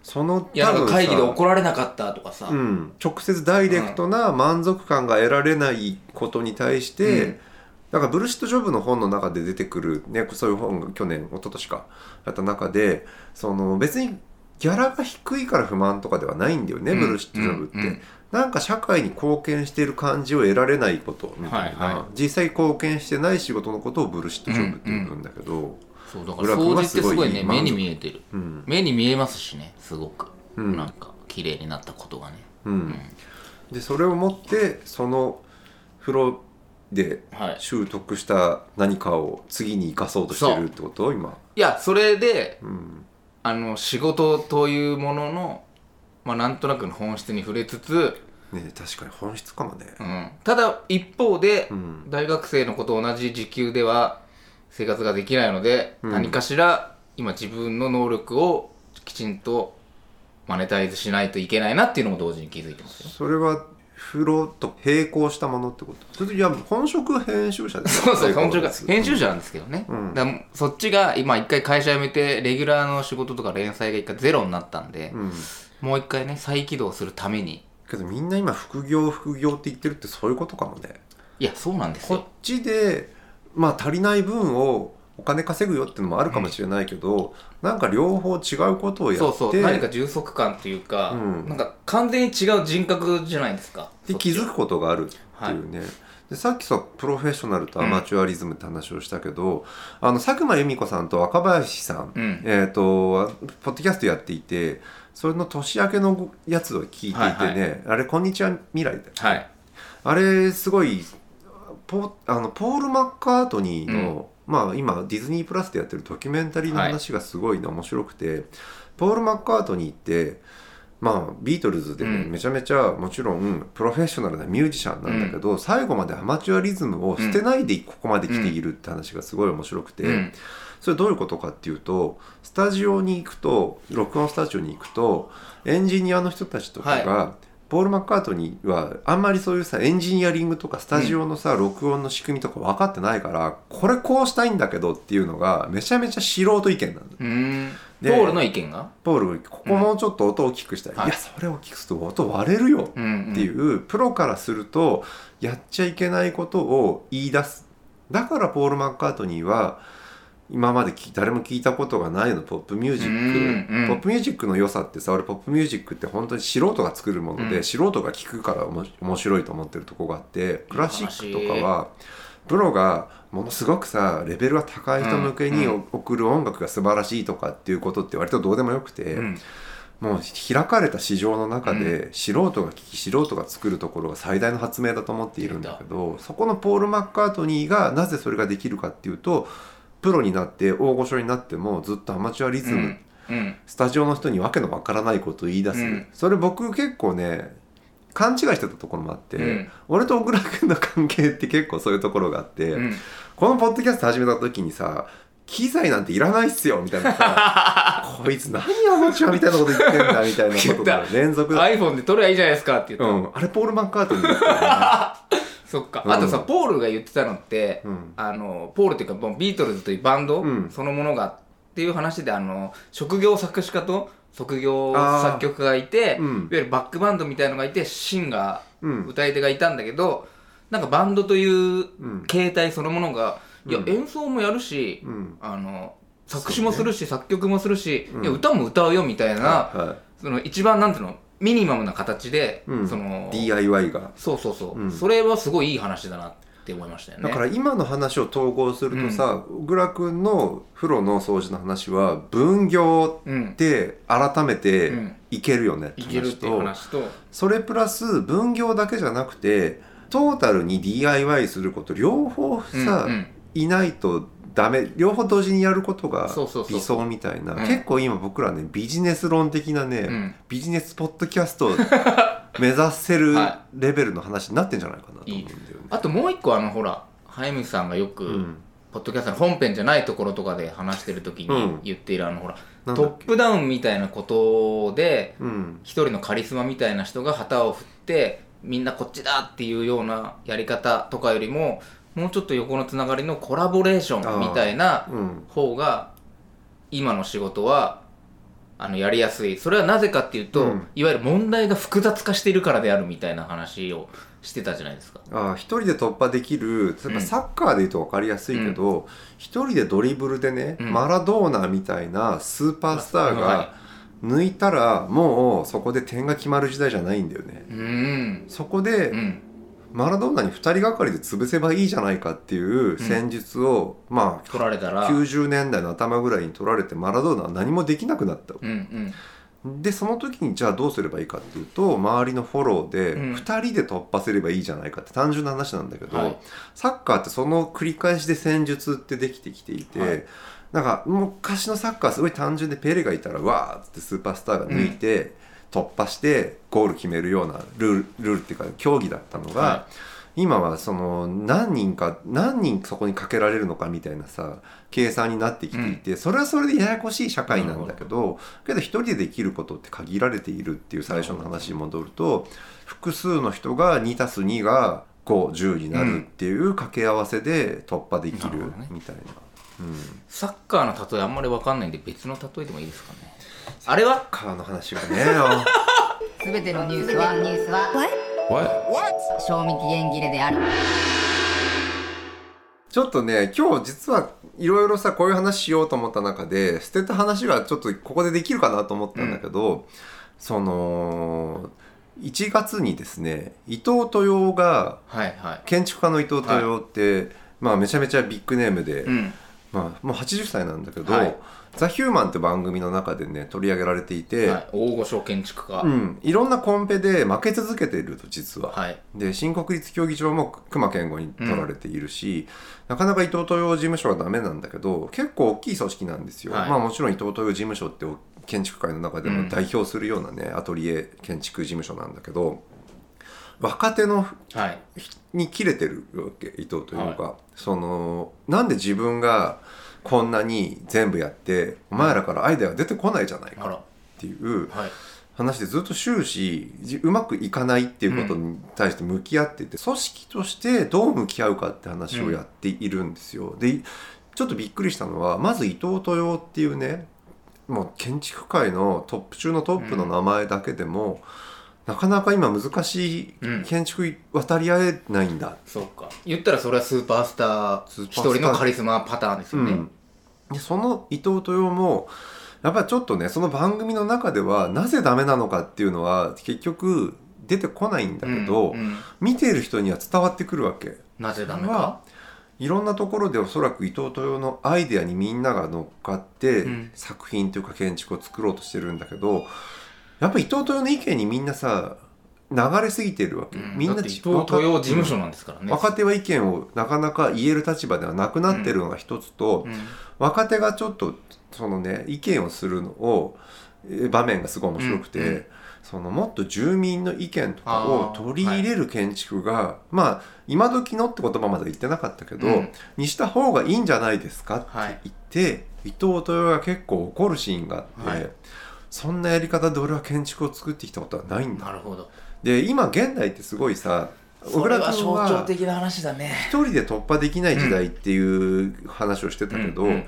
S2: その
S3: いやなんか会議で
S2: る
S3: 怒られなかったとかさ、
S2: うん、直接ダイレクトな満足感が得られないことに対して、
S3: うん
S2: なんかブルシット・ジョブの本の中で出てくる、ね、そういう本が去年一昨年かあった中でその別にギャラが低いから不満とかではないんだよね、
S3: うん
S2: ブルシット・ジョブって、
S3: うんうん
S2: なんか社会に貢献している感じを得られないことみたいな、
S3: はいは
S2: 実際貢献してない仕事のことをブルシット・ジョブって言うんだけど、
S3: そうだか
S2: ブラ
S3: ら
S2: ック
S3: 掃除
S2: は
S3: ってす
S2: すご
S3: ご
S2: い
S3: い
S2: い
S3: ね
S2: い
S3: 目に見えてる、
S2: うん
S3: 目に見えますしねすごく、
S2: うん
S3: なんか綺麗になったことがね、
S2: うんでそれを持ってその風呂で
S3: はい
S2: 習得した何かを次に生かそうとしてるってこと今、
S3: いやそれで
S2: うん、
S3: あの仕事というものの、まあ、なんとなくの本質に触れつつ、
S2: ね確かに本質かもね、
S3: うん、ただ一方で、
S2: うん
S3: 大学生の子と同じ時給では生活ができないので、
S2: うん
S3: 何かしら今自分の能力をきちんとマネタイズしないといけないなっていうのも同時に気づいてますよ。
S2: それは風呂と並行したものってことそれといや本職編集者です
S3: そうそう、
S2: 最
S3: 本
S2: 高
S3: 職が
S2: です
S3: 編集者なんですけどね。
S2: うん
S3: だからそっちが今一回会社辞めて、レギュラーの仕事とか連載が一回ゼロになったんで、
S2: うん
S3: もう一回ね、再起動するために。
S2: けどみんな今副業副業って言ってるってそういうことかもね
S3: いや、そうなんです
S2: こっ
S3: よ。
S2: ちでまあ足りない分をお金稼ぐよってのもあるかもしれないけど、なんか両方違うことをやって
S3: そうそう、何か充足感というか、
S2: うん
S3: なんか完全に違う人格じゃないですか。
S2: で
S3: そっ
S2: 気
S3: ち
S2: づ
S3: は
S2: くことがあるっていうね、でさっきさプロフェッショナルとアマチュアリズムって話をしたけど、あの佐久間由美子さんと若林さん、
S3: うん
S2: えっ、とポッドキャストやっていてそれの年明けのやつを聞いていてね、
S3: はいは
S2: あれ「こんにちは未来」だよ
S3: はい。
S2: あれすごいポあのポール・マッカートニーの、まあ、今ディズニープラスでやってるドキュメンタリーの話がすごいね、面白くてポール・マッカートニーって、まあ、ビートルズでね、
S3: うん
S2: めちゃめちゃもちろんプロフェッショナルなミュージシャンなんだけど、最後までアマチュアリズムを捨てないでここまで来ているって話がすごい面白くて。
S3: うん
S2: それどういうことかっていうとスタジオに行くと録音スタジオに行くとエンジニアの人たちとかが、ポール・マッカートニーはあんまりそういうさエンジニアリングとかスタジオのさ、録音の仕組みとか分かってないからこれこうしたいんだけどっていうのがめちゃめちゃ素人意見なんだ
S3: うーん。ポ
S2: で
S3: ールの意見が
S2: ポールここもうちょっと音を大きくしたい、
S3: はい
S2: いやそれを大きくすると音割れるよ
S3: うん、
S2: っていう、プロからするとやっちゃいけないことを言い出すだからポール・マッカートニーは今まで聞い誰も聞いたことがないのポップミュージック、
S3: うんうん
S2: ポップミュージックの良さってさ俺ポップミュージックって本当に素人が作るもので、
S3: うん
S2: 素人が聞くからおも面白いと思ってるとこがあってクラシックとかはプロがものすごくさレベルが高い人向けに
S3: うん
S2: 送る音楽が素晴らしいとかっていうことって割とどうでもよくて。
S3: うん
S2: もう開かれた市場の中で素人が聞き素人が作るところが最大の発明だと思っているんだけどそこのポール・マッカートニーがなぜそれができるかっていうとプロになって大御所になってもずっとアマチュアリズ
S3: う
S2: ム、
S3: んうん
S2: スタジオの人にわけのわからないことを言い出す、
S3: うん
S2: それ僕結構ね勘違いしてたところもあって、
S3: うん
S2: 俺と小倉君の関係って結構そういうところがあって、
S3: うん
S2: このポッドキャスト始めた時にさ機材なんていらないっすよみたいなさ こいつ何アマチュアみたいなこと言ってんだみたいなこと
S3: 言
S2: が
S3: った
S2: 連続だ
S3: iPhone で撮ればいいじゃないですかって言った、
S2: うんあれポール・マッカートニーだったよ
S3: そっか、
S2: うん
S3: あとさポールが言ってたのって、
S2: うん
S3: あのポールっていうかもうビートルズというバンド
S2: うん
S3: そのものが、っていう話であの職業作詞家と職業作曲家がいて、
S2: うん
S3: いわゆるバックバンドみたいのがいてシンガー、
S2: うん
S3: 歌い手がいたんだけどなんかバンドというん形態そのものが、いや
S2: うん
S3: 演奏もやるし、
S2: うん
S3: あの作詞もするし、作曲もするし、
S2: うん
S3: いや歌も歌うよみたいな、
S2: は
S3: その一番なんていうのミニマムな形で、
S2: いうん
S3: その
S2: DIY が
S3: そうそうそう、
S2: うん
S3: それはすごいいい話だなって思いましたよね
S2: だから今の話を統合するとさ、小倉君の風呂の掃除の話は分業
S3: うん
S2: で改めて
S3: うん
S2: いけるよねって
S3: いけるっ
S2: 話
S3: ていう
S2: と、
S3: 話と
S2: それプラス分業だけじゃなくてトータルに DIY すること両方さ、
S3: うんうん
S2: いないとダメ両方同時にやることが
S3: そうそうそう
S2: 理想みたいな
S3: うん
S2: 結構今僕らねビジネス論的なね、
S3: ん
S2: ビジネスポッドキャス トを目指せる
S3: は
S2: レベルの話になってんじゃないかなと思うんだよね。
S3: あともう一個あのほら早見さんがよく、
S2: うん
S3: ポッドキャストの本編じゃないところとかで話してる時
S2: うん
S3: に言っているあのほら
S2: なんだ
S3: ト
S2: っ
S3: ップダウンみたいなことで
S2: うん
S3: 一人のカリスマみたいな人が旗を振ってみんなこっちだっていうようなやり方とかよりももうちょっと横のつながりのコラボレーションみたいな
S2: うん
S3: 方が今の仕事はあのやりやすいそれはなぜかっていうと、
S2: うん
S3: いわゆる問題が複雑化しているからであるみたいな話をしてたじゃないですか
S2: ああ一人で突破できる例え
S3: うん
S2: ばサッカーで言うと分かりやすいけど一、人でドリブルでね、
S3: うん
S2: マラドーナみたいなスーパースター
S3: は
S2: が抜いたらもうそこで点が決まる時代じゃないんだよね。
S3: いうん
S2: そこで、
S3: うん
S2: マラドーナに2人がかりで潰せばいいじゃないかっていう戦術を、まあ
S3: 取られたらうん
S2: 90年代の頭ぐらいに取られてマラドーナは何もできなくなった、
S3: うん
S2: でその時にじゃあどうすればいいかっていうと周りのフォローで
S3: うん
S2: 2人で突破すればいいじゃないかって単純な話なんだけど、
S3: はい
S2: サッカーってその繰り返しで戦術ってできてきていて、
S3: はい
S2: なんか昔のサッカーはすごい単純でペレがいたらわーっつってスーパースターが抜いて、突破してゴール決めるようなルールルールっていうか競技だったのが。
S3: は
S2: 今はその何人か何人そこにかけられるのかみたいなさ計算になってきていて、それはそれでややこしい社会なんだけどけど一人でできることって限られているっていう最初の話に戻ると複数の人が2たす2が510になるっていう掛け合わせで突破でき
S3: なるほ
S2: る
S3: どね
S2: みたいな。
S3: サッカーの例えあんまりわかんないんで別の例えでもいいですかねあれは
S2: カーの話がね
S5: すべてのニュースはニュースは賞味期限切れである
S2: ちょっとね今日実はいろいろさこういう話しようと思った中で捨てた話がちょっとここでできるかなと思ったんだけど、その1月にですね伊藤豊雄が
S3: はいはい
S2: 建築家の伊藤豊雄って、まあ、めちゃめちゃビッグネームで、
S3: うん
S2: まあ、もう80歳なんだけど「
S3: はい
S2: ザ・ヒューマンって番組の中でね取り上げられていて、
S3: はい、大御所建築家、
S2: うん、いろんなコンペで負け続けていると実は。
S3: はい
S2: で新国立競技場も熊健吾に取られているし、なかなか伊藤豊事務所はダメなんだけど結構大きい組織なんですよ、
S3: はい
S2: まあもちろん伊藤豊事務所って建築界の中でも代表するようなね、アトリエ建築事務所なんだけど若手の
S3: はい
S2: に切れてるわけ伊藤というか、そのなんで自分がこんなに全部やってお前らからアイデアが出てこないじゃない
S3: あ
S2: からっていう
S3: はい
S2: 話でずっと終始じうまくいかないっていうことに対して向き合ってて、組織としてどう向き合うかって話をやっているんですよ。でちょっとびっくりしたのはまず伊藤豊雄っていうねもう建築界のトップ中のトップの名前だけでも、なかなか今難しい
S3: うん
S2: 建築渡り合えないんだ、
S3: そうか言ったらそれはスーパースター
S2: スーパース
S3: 一
S2: ター
S3: 人のカリスマパターンですよね、
S2: うんでその伊藤豊雄もやっぱりちょっとねその番組の中ではなぜダメなのかっていうのは結局出てこないんだけど、
S3: うんうん
S2: 見ている人には伝わってくるわけ。
S3: なぜダメ
S2: それは
S3: か
S2: いろんなところでおそらく伊藤豊雄のアイデアにみんなが乗っかって、
S3: うん
S2: 作品というか建築を作ろうとしてるんだけどやっぱ伊藤豊雄の意見にみんなさ流れすぎてるわけ、
S3: うん
S2: みん
S3: だ
S2: な
S3: って伊
S2: ち
S3: 藤豊事務所なんですからね、
S2: 若手は意見をなかなか言える立場ではなくなってるのが一つと、
S3: うん
S2: 若手がちょっとそのね意見をするのをえー場面がすごい面白くて、
S3: うんうん
S2: そのもっと住民の意見とかを
S3: あー
S2: 取り入れる建築が、まあ今時のって言葉まで言ってなかったけど、
S3: うん
S2: にした方がいいんじゃないですか
S3: は
S2: っ
S3: い
S2: て言って、伊藤豊雄が結構怒るシーンがあって、
S3: はい
S2: そんなやり方で俺は建築を作ってきたことはないんだ。
S3: なるほど
S2: で今現代ってすごいさ小
S3: それ
S2: 倉
S3: は
S2: 君
S3: 象
S2: は
S3: 徴的な話だね
S2: 一人で突破できない時代っていう話をしてたけど、
S3: うんうん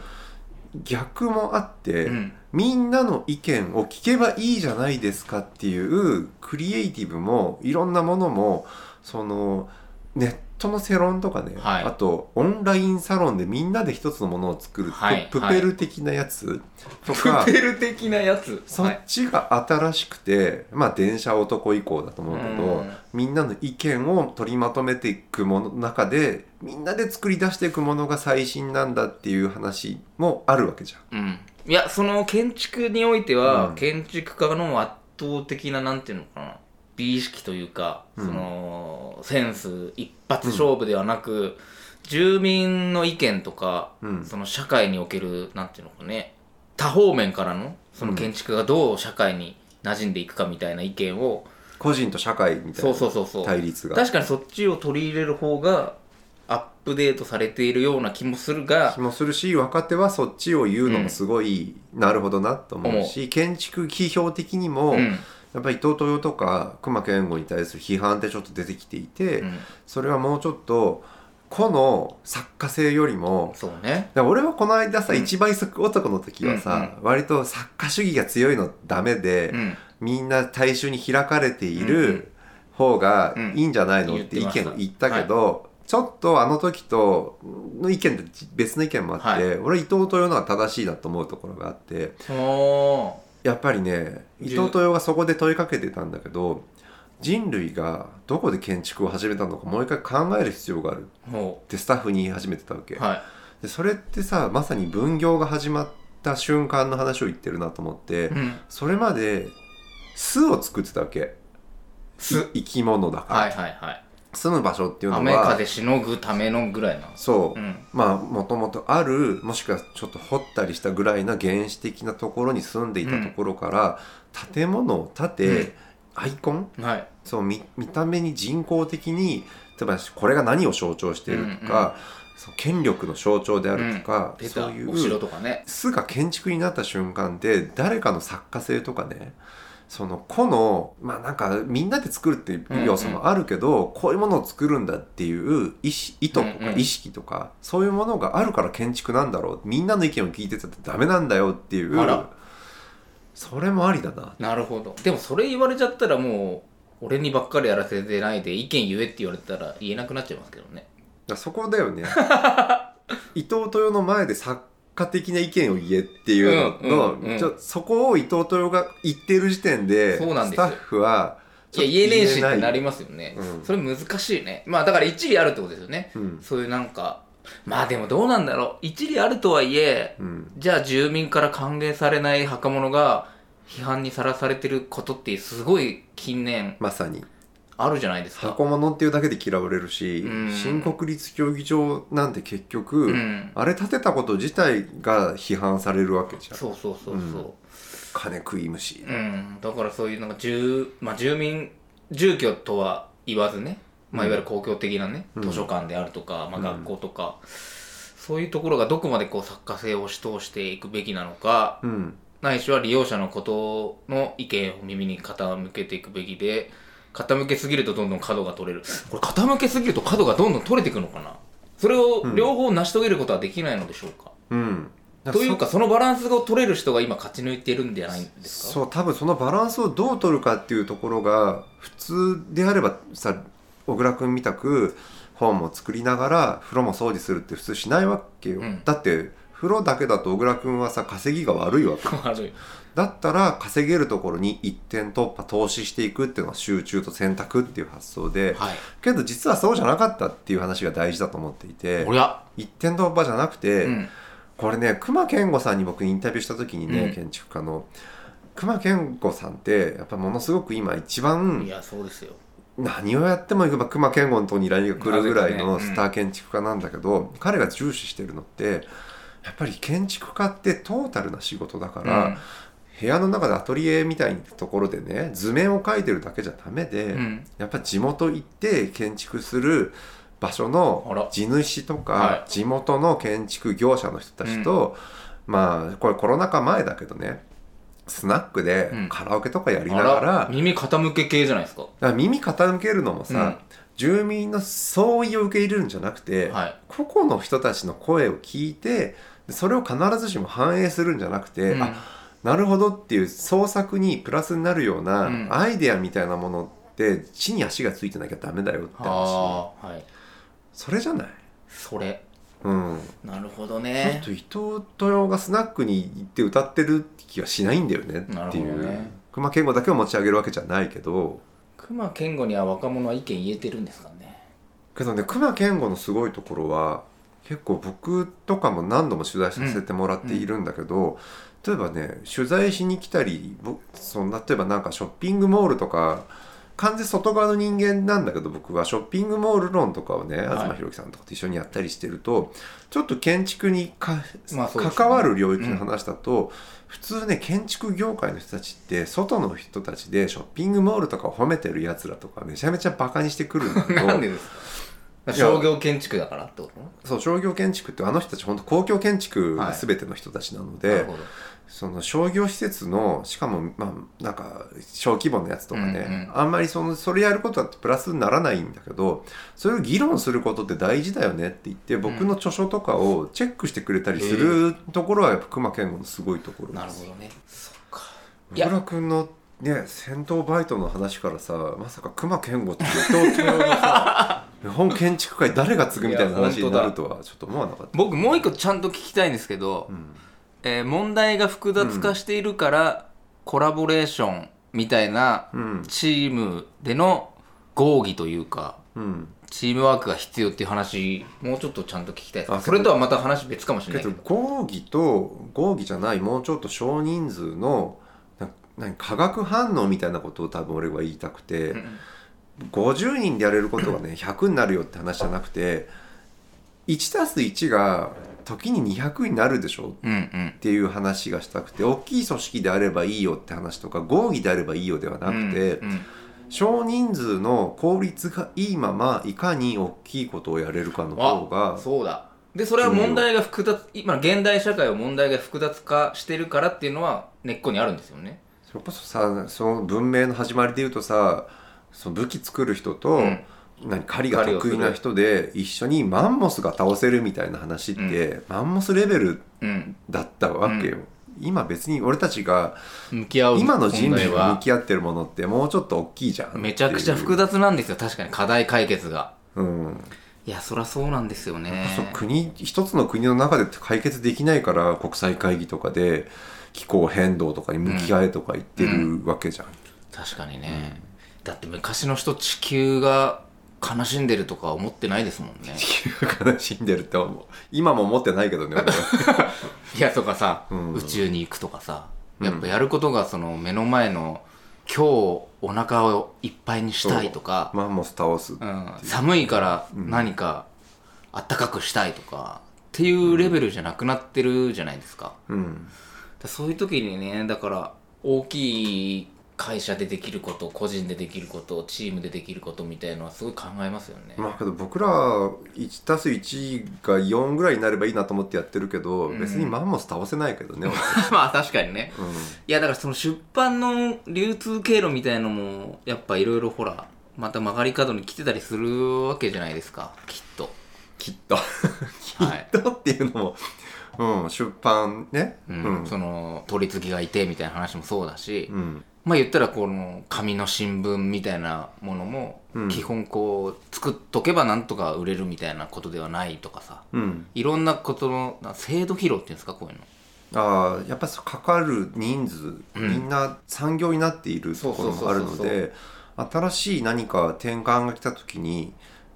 S2: 逆もあって、
S3: うん
S2: みんなの意見を聞けばいいじゃないですかっていうクリエイティブもいろんなものもそのネットの世論とかね、
S3: はい
S2: あとオンラインサロンでみんなで一つのものを作る、
S3: はい
S2: ププペル的なやつと
S3: プ
S2: か、
S3: ペル的なやつ
S2: そっちが新しくて、まあ電車男以降だと思うけど、
S3: うん
S2: みんなの意見を取りまとめていくものの中でみんなで作り出していくものが最新なんだっていう話もあるわけじゃん。
S3: うん、いやその建築においては、
S2: うん
S3: 建築家の圧倒的ななんていうのかな美意識というか、
S2: うん
S3: そのセンス一発勝負ではなく、住民の意見とか、
S2: うん
S3: その社会におけるなんていうのかね多方面からのその建築家がどう社会に馴染んでいくかみたいな意見を、
S2: 個人と社会みたい
S3: そう
S2: な
S3: そうそうそう
S2: 対立が。
S3: 確かにそっちを取り入れる方がアップデートされているような気もするが
S2: 気もするし若手はそっちを言うのもすごい、なるほどなと思うし建築批評的にも、
S3: うん
S2: やっぱり伊藤豊とか隈研吾に対する批判ってちょっと出てきていて、
S3: うん
S2: それはもうちょっと個の作家性よりも
S3: そうね
S2: だから俺はこの間さ、
S3: うん
S2: 一倍速男の時はさ、
S3: う
S2: 割と作家主義が強いのダメで、
S3: うん
S2: みんな大衆に開かれてい
S3: うんうん
S2: る方が
S3: うん
S2: いいんじゃないのって意
S3: 言ってま
S2: 見
S3: した
S2: を言ったけど、ちょっとあの時との意見と別の意見もあって、
S3: はい
S2: 俺は伊藤豊のは正しいなと思うところがあって
S3: おー
S2: やっぱりね伊藤豊がそこで問いかけてたんだけど人類がどこで建築を始めたのかもう一回考える必要があるっ
S3: ほ
S2: てスタッフに言い始めてたわけ。
S3: うはい
S2: でそれってさまさに分業が始まった瞬間の話を言ってるなと思って、
S3: うん
S2: それまで巣を作ってたわけ
S3: す
S2: い生き物だから、
S3: はいはいはい
S2: 住む場所っていうのは
S3: 雨風しのぐためのぐらいな
S2: そう、
S3: うん
S2: まあもともとあるもしくはちょっと掘ったりしたぐらいな原始的なところに住んでいたところから、建物を建て、
S3: うん
S2: アイコン
S3: はい
S2: そう見見た目に人工的に例えばこれが何を象徴しているとか、そう権力の象徴であるとか、
S3: 出た
S2: そういう
S3: お城とかね
S2: 巣が建築になった瞬間で誰かの作家性とかねその個のまあなんかみんなで作るっていう要素もあるけど、こういうものを作るんだっていう意思意図と
S3: うん
S2: か
S3: うん
S2: 意識とか、そういうものがあるから建築なんだろうみんなの意見を聞いてちゃダメなんだよっていう
S3: あら
S2: それもありだな
S3: なるほどでもそれ言われちゃったらもう俺にばっかりやらせてないで意見言えって言われたら言えなくなっちゃいますけどね
S2: だそこだ よね伊藤豊の前で作家的な意見を言えっていうのの、
S3: うんうんうん
S2: ちょそこを伊藤豊が言ってる時点で
S3: そうなん
S2: ス
S3: ですよ
S2: タッフはい
S3: や言えねえしってなり
S2: ま
S3: ますよね、
S2: うん
S3: それ難しいねまあだから一理あるってことですよね、
S2: うん
S3: そういうなんかまあでもどうなんだろう一理あるとはいえ、
S2: うん
S3: じゃあ住民から歓迎されない若者が批判にさらされてることってすごい近年
S2: まさに
S3: あるじゃないですか
S2: 箱物っていうだけで嫌われるし、
S3: うん
S2: 新国立競技場なんて結局、
S3: ん
S2: あれ建てたこと自体が批判されるわけじゃん
S3: そうそうそうそう、
S2: 金食い虫、
S3: うん、だからそういうなんか住,、まあ、住民住居とは言わずね、まあ、いわゆる公共的なね、
S2: うん
S3: 図書館であるとか、まあ、
S2: うん
S3: 学校とか、そういうところがどこまでこう作家性を押し通していくべきなのか
S2: うん
S3: ないしは利用者のことの意見を耳に傾けていくべきで傾けすぎるとどんどん角が取れるこれ傾けすぎると角がどんどん取れていくのかなそれを両方成し遂げることはできないのでしょうか、
S2: うん
S3: というかそのバランスを取れる人が今勝ち抜いてるんじゃないんですか
S2: そう多分そのバランスをどう取るかっていうところが普通であればさ小倉君みたく本も作りながら風呂も掃除するって普通しないわけよ、
S3: うん
S2: だって風呂だけだと小倉君はさ稼ぎが悪いわけ
S3: 悪い
S2: だったら稼げるところに一点突破投資していくっていうのは集中と選択っていう発想で、
S3: はい
S2: けど実はそうじゃなかったっていう話が大事だと思っていて
S3: おや、
S2: 一点突破じゃなくて、
S3: うん、
S2: これね隈研吾さんに僕インタビューした時にね、
S3: うん
S2: 建築家の隈研吾さんってやっぱものすごく今一
S3: い
S2: 番
S3: やそうですよ
S2: 何をやってもまあ隈研吾のとこに依頼が来るぐらい
S3: なぜかねうん
S2: のスター建築家なんだけど、彼が重視してるのってやっぱり建築家ってトータルな仕事だから、
S3: うん
S2: 部屋の中でアトリエみたいなところでね図面を描いてるだけじゃダメで、
S3: うん
S2: やっぱ地元行って建築する場所
S3: あら
S2: の地主と
S3: は
S2: か地元の建築業者の人たちと、まあこれコロナ禍前だけどねスナックで
S3: うん
S2: カラオケとかやり
S3: あ
S2: ながら,、
S3: ら耳傾け系じゃないですか
S2: 耳傾けるのもさ、
S3: うん
S2: 住民の相違を受け入れるんじゃなくて、
S3: はい
S2: 個々の人たちの声を聞いてでそれを必ずしも反映するんじゃなくて、
S3: うん
S2: あなるほどっていう創作にプラスになるよう
S3: うん
S2: なアイデアみたいなものって地に足がついてなきゃダメだよって話
S3: ああはい
S2: それじゃない
S3: それ
S2: うん
S3: なるほど
S2: ちょっ
S3: ね
S2: と伊藤豊がスナックに行って歌ってる気はしないんだよね
S3: なる
S2: って
S3: ほど
S2: い
S3: ね
S2: う熊健吾だけを持ち上げるわけじゃないけど
S3: 熊健吾には若者は意見言えてるんですかね
S2: けどね熊健吾のすごいところは結構僕とかも何度も取材させてもらっているんだけど、例えばね取材しに来たりぼその例えばなんかショッピングモールとか完全外側の人間なんだけど僕はショッピングモール論とかをね
S3: い
S2: 東博樹さんとかと一緒にやったりしてるとちょっと建築にか、
S3: まあそうですね
S2: 関わる領域の話だと、普通ね建築業界の人たちって外の人た ちでショッピングモールとかを褒めてるやつらとかめちゃめちゃバカにしてくるんだけど
S3: なんでですか
S6: ら商業建築だからってこと
S2: そう商業建築ってあの人たち本当公共建築が全ての人たちなので、
S6: なるほど
S2: その商業施設のしかもまあなんか小規模のやつとかね、
S6: うんうん
S2: あんまりそのそれやることはプラスにならないんだけどそれを議論することって大事だよねって言って僕の著書とかをチェックしてくれたりするところはやっぱ熊健吾のすごいところ
S6: なる
S2: です
S6: ほ。どねそっかい
S2: 小
S6: や
S2: 倉君のね戦闘バイトの話からさまさか熊健吾って伊藤豊の さ日本建築界誰が継ぐみたいな話になるとはちょっと思わなかった。
S3: 僕もう一個ちゃんと聞きたいんですけど、
S2: ん
S3: えー問題が複雑化しているから、コラボレーションみたいな
S2: うん
S3: チームでの合議というか
S2: うん
S3: チームワークが必要っていう話もうちょっとちゃんと聞きたいです
S2: あ
S3: それとはまた話別かもしれ
S2: け
S3: ないけ
S2: ど
S3: ど
S2: 合議と合議じゃないもうちょっと少人数のな何化学反応みたいなことを多分俺は言いたくて、50人でやれることがね100にな るよって話じゃなくて 1+1 が時に200になるでしょ
S3: うんうん
S2: っていう話がしたくて大きい組織であればいいよって話とか合議であればいいよではなくて、
S3: うんうん
S2: 少人数の効率がいいままいかに大きいことをやれるかの方
S3: あ
S2: が
S3: そうだでそれは問題が複雑今現代社会は問題が複雑化してるからっていうのは根っこにあるんですよね
S2: それこそさその文明の始まりで言うとさその武器作る人と、
S3: うん
S2: 何狩りが得意な人で一緒にマンモスが倒せるみたいな話って、マンモスレベル
S3: うん
S2: だったわけよ。今別に俺たちが
S3: 向き合う
S2: 今の人類
S3: 問題
S2: に向き合ってるものってもうちょっと大きいじゃんっていう
S3: めちゃくちゃ複雑なんですよ確かに課題解決が
S2: うん、
S3: いやそりゃそうなんですよね
S2: そう国一つの国の中で解決できないから国際会議とかで気候変動とかに向き合えとか言ってるわけじゃん、
S3: 確かにね、だって昔の人地球が悲しんでるとか思ってないですもん ね
S2: 悲しんでるって思う今も思ってないけどね俺は
S3: いやとかさ、
S2: ん
S3: 宇宙に行くとかさやっぱやることがその目の前の今日お腹をいっぱいにしたいとか、
S2: マンモス倒す、
S3: うん、寒いから何かあったかくしたいとかっていうレベルじゃなくなってるじゃないですか,、
S2: うん
S3: そういう時にねだから大きい会社でできること個人でできることチームでできることみたいのはすごい考えますよね、
S2: まあけど僕ら 1+1 が4ぐらいになればいいなと思ってやってるけど、別にマンモス倒せないけどね、
S3: まあ確かにね、
S2: 俺うん
S3: いやだからその出版の流通経路みたいのもやっぱいろいろほらまた曲がり角に来てたりするわけじゃないですかきっと
S2: きっと
S3: はい
S2: きっとっていうのも、 うん、出版ね
S3: う
S2: うんん、うん
S3: その取り次ぎがいてみたいな話もそうだし、まあ言ったらこの紙の新聞みたいなものも
S2: うん
S3: 基本こう作っとけばなんとか売れるみたいなことではないとかさ
S2: うん
S3: いろんなことのな制度疲労っていうんですかこういうの
S2: ああやっぱそうかかる人数、
S3: うん
S2: みんな産業になっているところもあるの
S3: そうそうそう
S2: で新しい何か転換が来た時に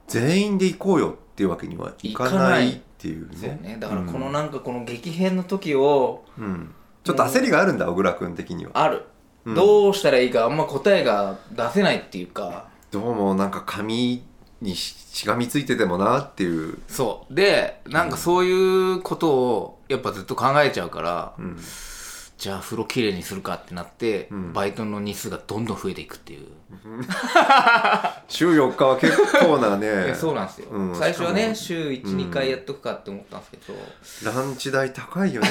S2: 全員で行こうよっていうわけにはいかないっていう
S3: そう
S2: ね
S3: ねだからこのなんかこの激変の時を
S2: うん、うんちょっと焦りがあるんだ小倉君的には
S3: ある、
S2: うん
S3: どうしたらいいかあんま答えが出せないっていうか
S2: どうもなんか紙にししがみついててもなっていう、
S3: そうでなんかそういうことをやっぱずっと考えちゃうから、
S2: うん、
S3: じゃあ風呂きれいにするかってなって、
S2: うん
S3: バイトの日数がどんどん増えていくっていう、
S2: 週4日は結構 ないね
S3: やそうなんですよ、
S2: うん
S3: 最初はね
S2: し
S3: 週
S2: うん
S3: 12回やっとくかって思ったんですけど、
S2: ランチ代高いよね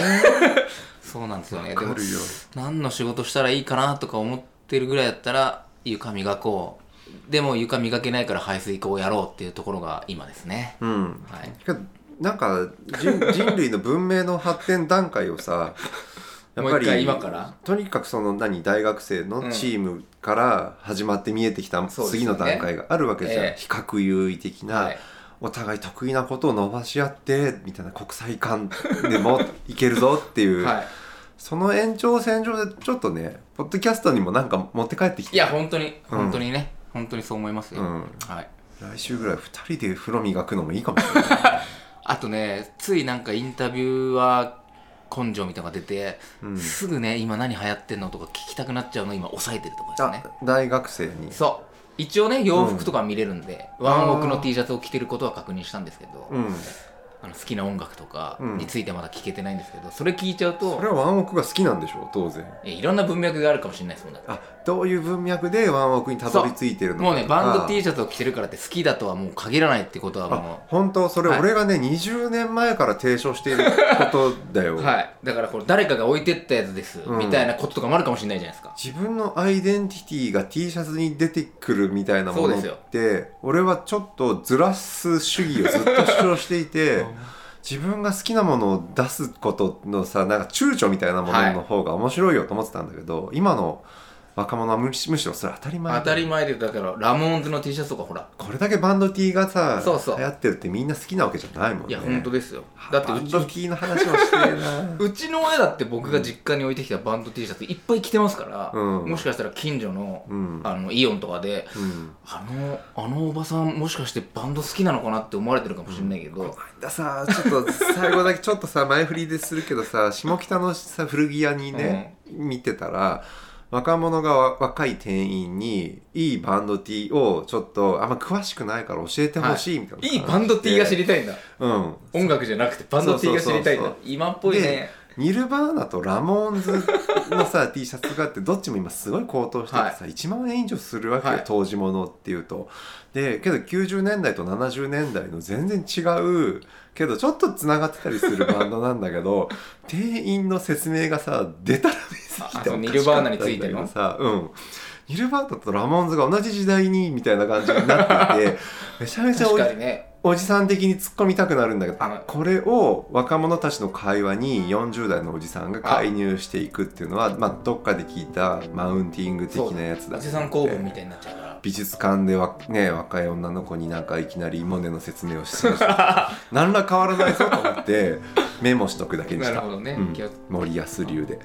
S3: そうなんですよね
S2: わ
S3: で
S2: か
S3: も
S2: るよ
S3: 何の仕事したらいいかなとか思ってるぐらいだったら床磨こうでも床磨けないから排水口をやろうっていうところが今ですね、
S2: うん
S3: はい
S2: けどなんか人人類の文明の発展段階をさやっ
S3: も
S2: ぱ
S3: う一
S2: り
S3: 回今から
S2: とにかくその何大学生のチームから始まって見えてきた
S3: そうです
S2: 次
S3: よ
S2: の
S3: ね
S2: 段階があるわけじゃん、
S3: ええ
S2: 比較優位的な、
S3: はい
S2: お互い得意なことを伸ばし合ってみたいな国際間でもいけるぞっていう、
S3: はい
S2: その延長線上でちょっとねポッドキャストにもなんか持って帰ってきて
S3: いや本当に
S2: うん
S3: 本当にね、本当にそう思いますよ、
S2: うん
S3: はい
S2: 来週ぐらい2人で風呂磨くのもいいかもしれない。
S3: あとねついなんかインタビューは根性みたいなのが出て、
S2: うん
S3: すぐね今何流行ってんのとか聞きたくなっちゃうの今抑えてるところです
S2: あ
S3: ね
S2: 大学生に
S3: そう一応ね洋服とか見れるんで、ワンオクの T シャツを着てることは確認したんですけど、
S2: うん
S3: あの好きな音楽とか
S2: うん
S3: についてまだ聞けてないんですけど、それ聞いちゃうと
S2: それはワンオクが好きなんでしょう当然
S3: えいろんな文脈があるかもしれないですもんだって
S2: あどういう文脈でワンオクにたどり着いてるのか
S3: もうねバンド T
S2: シャツ
S3: シャツを着てるからって好きだとはもう限らないってことはも
S2: 本当それ
S3: はい
S2: 俺がね、20年前から提唱していることだよ、
S3: うはいだからこれ誰かが置いてったやつです、
S2: うん
S3: みたいなこととかもあるかもしれないじゃないですか
S2: 自分のアイデンティティが T シャツに出てくるみたいなものっ
S3: そう
S2: て俺はちょっとずらす主義をずっと主張していて自分が好きなものを出すことのさなんか躊躇みたいなものの方が面白いよと思ってたんだけど、今の若者はむしむしろそれ当たり前
S3: 当たり前でだからラモーンズの T シャツとかほら
S2: これだけバンド T がさ
S3: そうそう
S2: 流行ってるってみんな好きなわけじゃないもんね
S3: いや本当ですよだ
S2: だ
S3: っ
S2: っててバン
S3: うち
S2: ド T の話をしてえ な
S3: うちの親だって僕が実家に置いてきたバンド T シャツいっぱい着てますから、
S2: うん
S3: もしかしたら近所の,、
S2: うん
S3: あのイオンとかで、
S2: うん
S3: あのあのおばさんもしかしてバンド好きなのかなって思われてるかもしれないけど、
S2: ださちょっと最後だけちょっとさ前振りでするけどさ下北のさ古着屋にね、見てたら若者がわ若い店員にいいバンド T をちょっとあんま詳しくないから教えてほしいみたいな、
S3: いいバンド T が知りたいんだ
S2: うん
S3: 音楽じゃなくてバンド T が知りたいん
S2: そうそうそうそ
S3: だ
S2: う
S3: 今っぽいね
S2: でニルバーナとラモーンズのさ T シャツがあってどっちも今すごい高騰しててさ、
S3: はい
S2: 1万円以上するわけよ、
S3: はい
S2: 当時ものっていうとでけど90年代と70年代の全然違うけどちょっとつながってたりするバンドなんだけ ど店員の説明がさ出たらめすぎ
S3: あ
S2: て
S3: その
S2: おかしかったんだけど
S3: ニルバーナについての
S2: さうんニルバーナとラモーンズが同じ時代にみたいな感じになっていてめちゃめちゃ
S3: 確
S2: おじ
S3: かにね
S2: おじさん的に突っ込みたくなるんだけど、
S3: はい
S2: あこれを若者たちの会話に40代のおじさんが介入していくっていうのはまあ、どっかで聞いたマウンティング的なやつだ
S3: おじさん公文みたいになっちゃうから
S2: 美術館でわ、ね、若い女の子になんかいきなりモネの説明をしました 何ら変わらないぞと思ってメモしとくだけにした
S3: なるほどね
S2: うん
S3: 気を
S2: 森安流で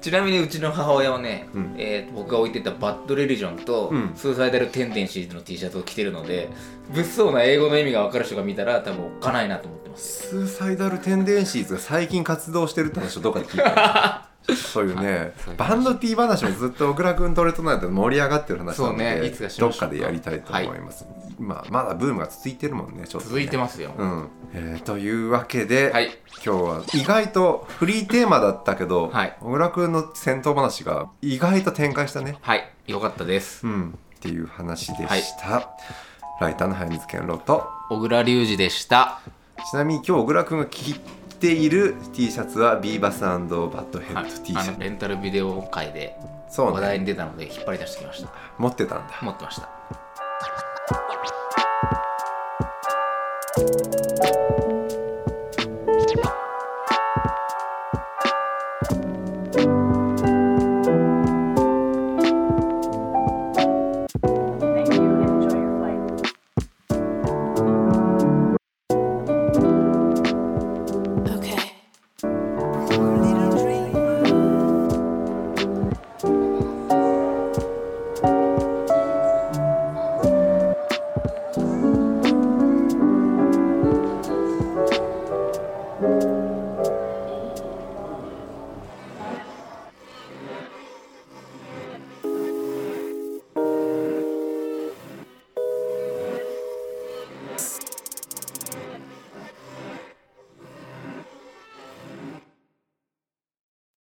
S3: ちなみにうちの母親はね、
S2: うん
S3: えー僕が置いてたバッドレリジョンと、
S2: うん
S3: スーサイダルテンデンシーズの T シャツを着てるので物騒な英語の意味が分かる人が見たら多分おっかないなと思ってます
S2: スーサイダルテンデンシーズが最近活動してるって話をどっかで聞いたそういう ね
S3: そういう話
S2: バンド T 話もずっと小倉君と俺となんて盛り上がってる話なので、
S3: そうねいつかし
S2: ど
S3: ま
S2: っ
S3: しょ
S2: か
S3: うか
S2: でやりたいと思います、今まだブームが続いてるもんねちょっとね
S3: 続いてますよ、
S2: うんえーというわけで、
S3: はい
S2: 今日は意外とフリーテーマだったけど、
S3: はい
S2: 小倉君の戦闘話が意外と展開したね、
S3: はいよかったです
S2: うん、っていう話でした、ライターの早水健郎と
S3: 小倉隆二でした
S2: ちなみに今日小倉君が着ている T シャツはビーバスバッドヘッド T シ
S3: あ
S2: ャ
S3: の
S2: ツ、
S3: レンタルビデオ会で
S2: そう
S3: 話題
S2: ね
S3: に出たので引っ張り出してきました
S2: 持ってたんだ
S3: 持ってました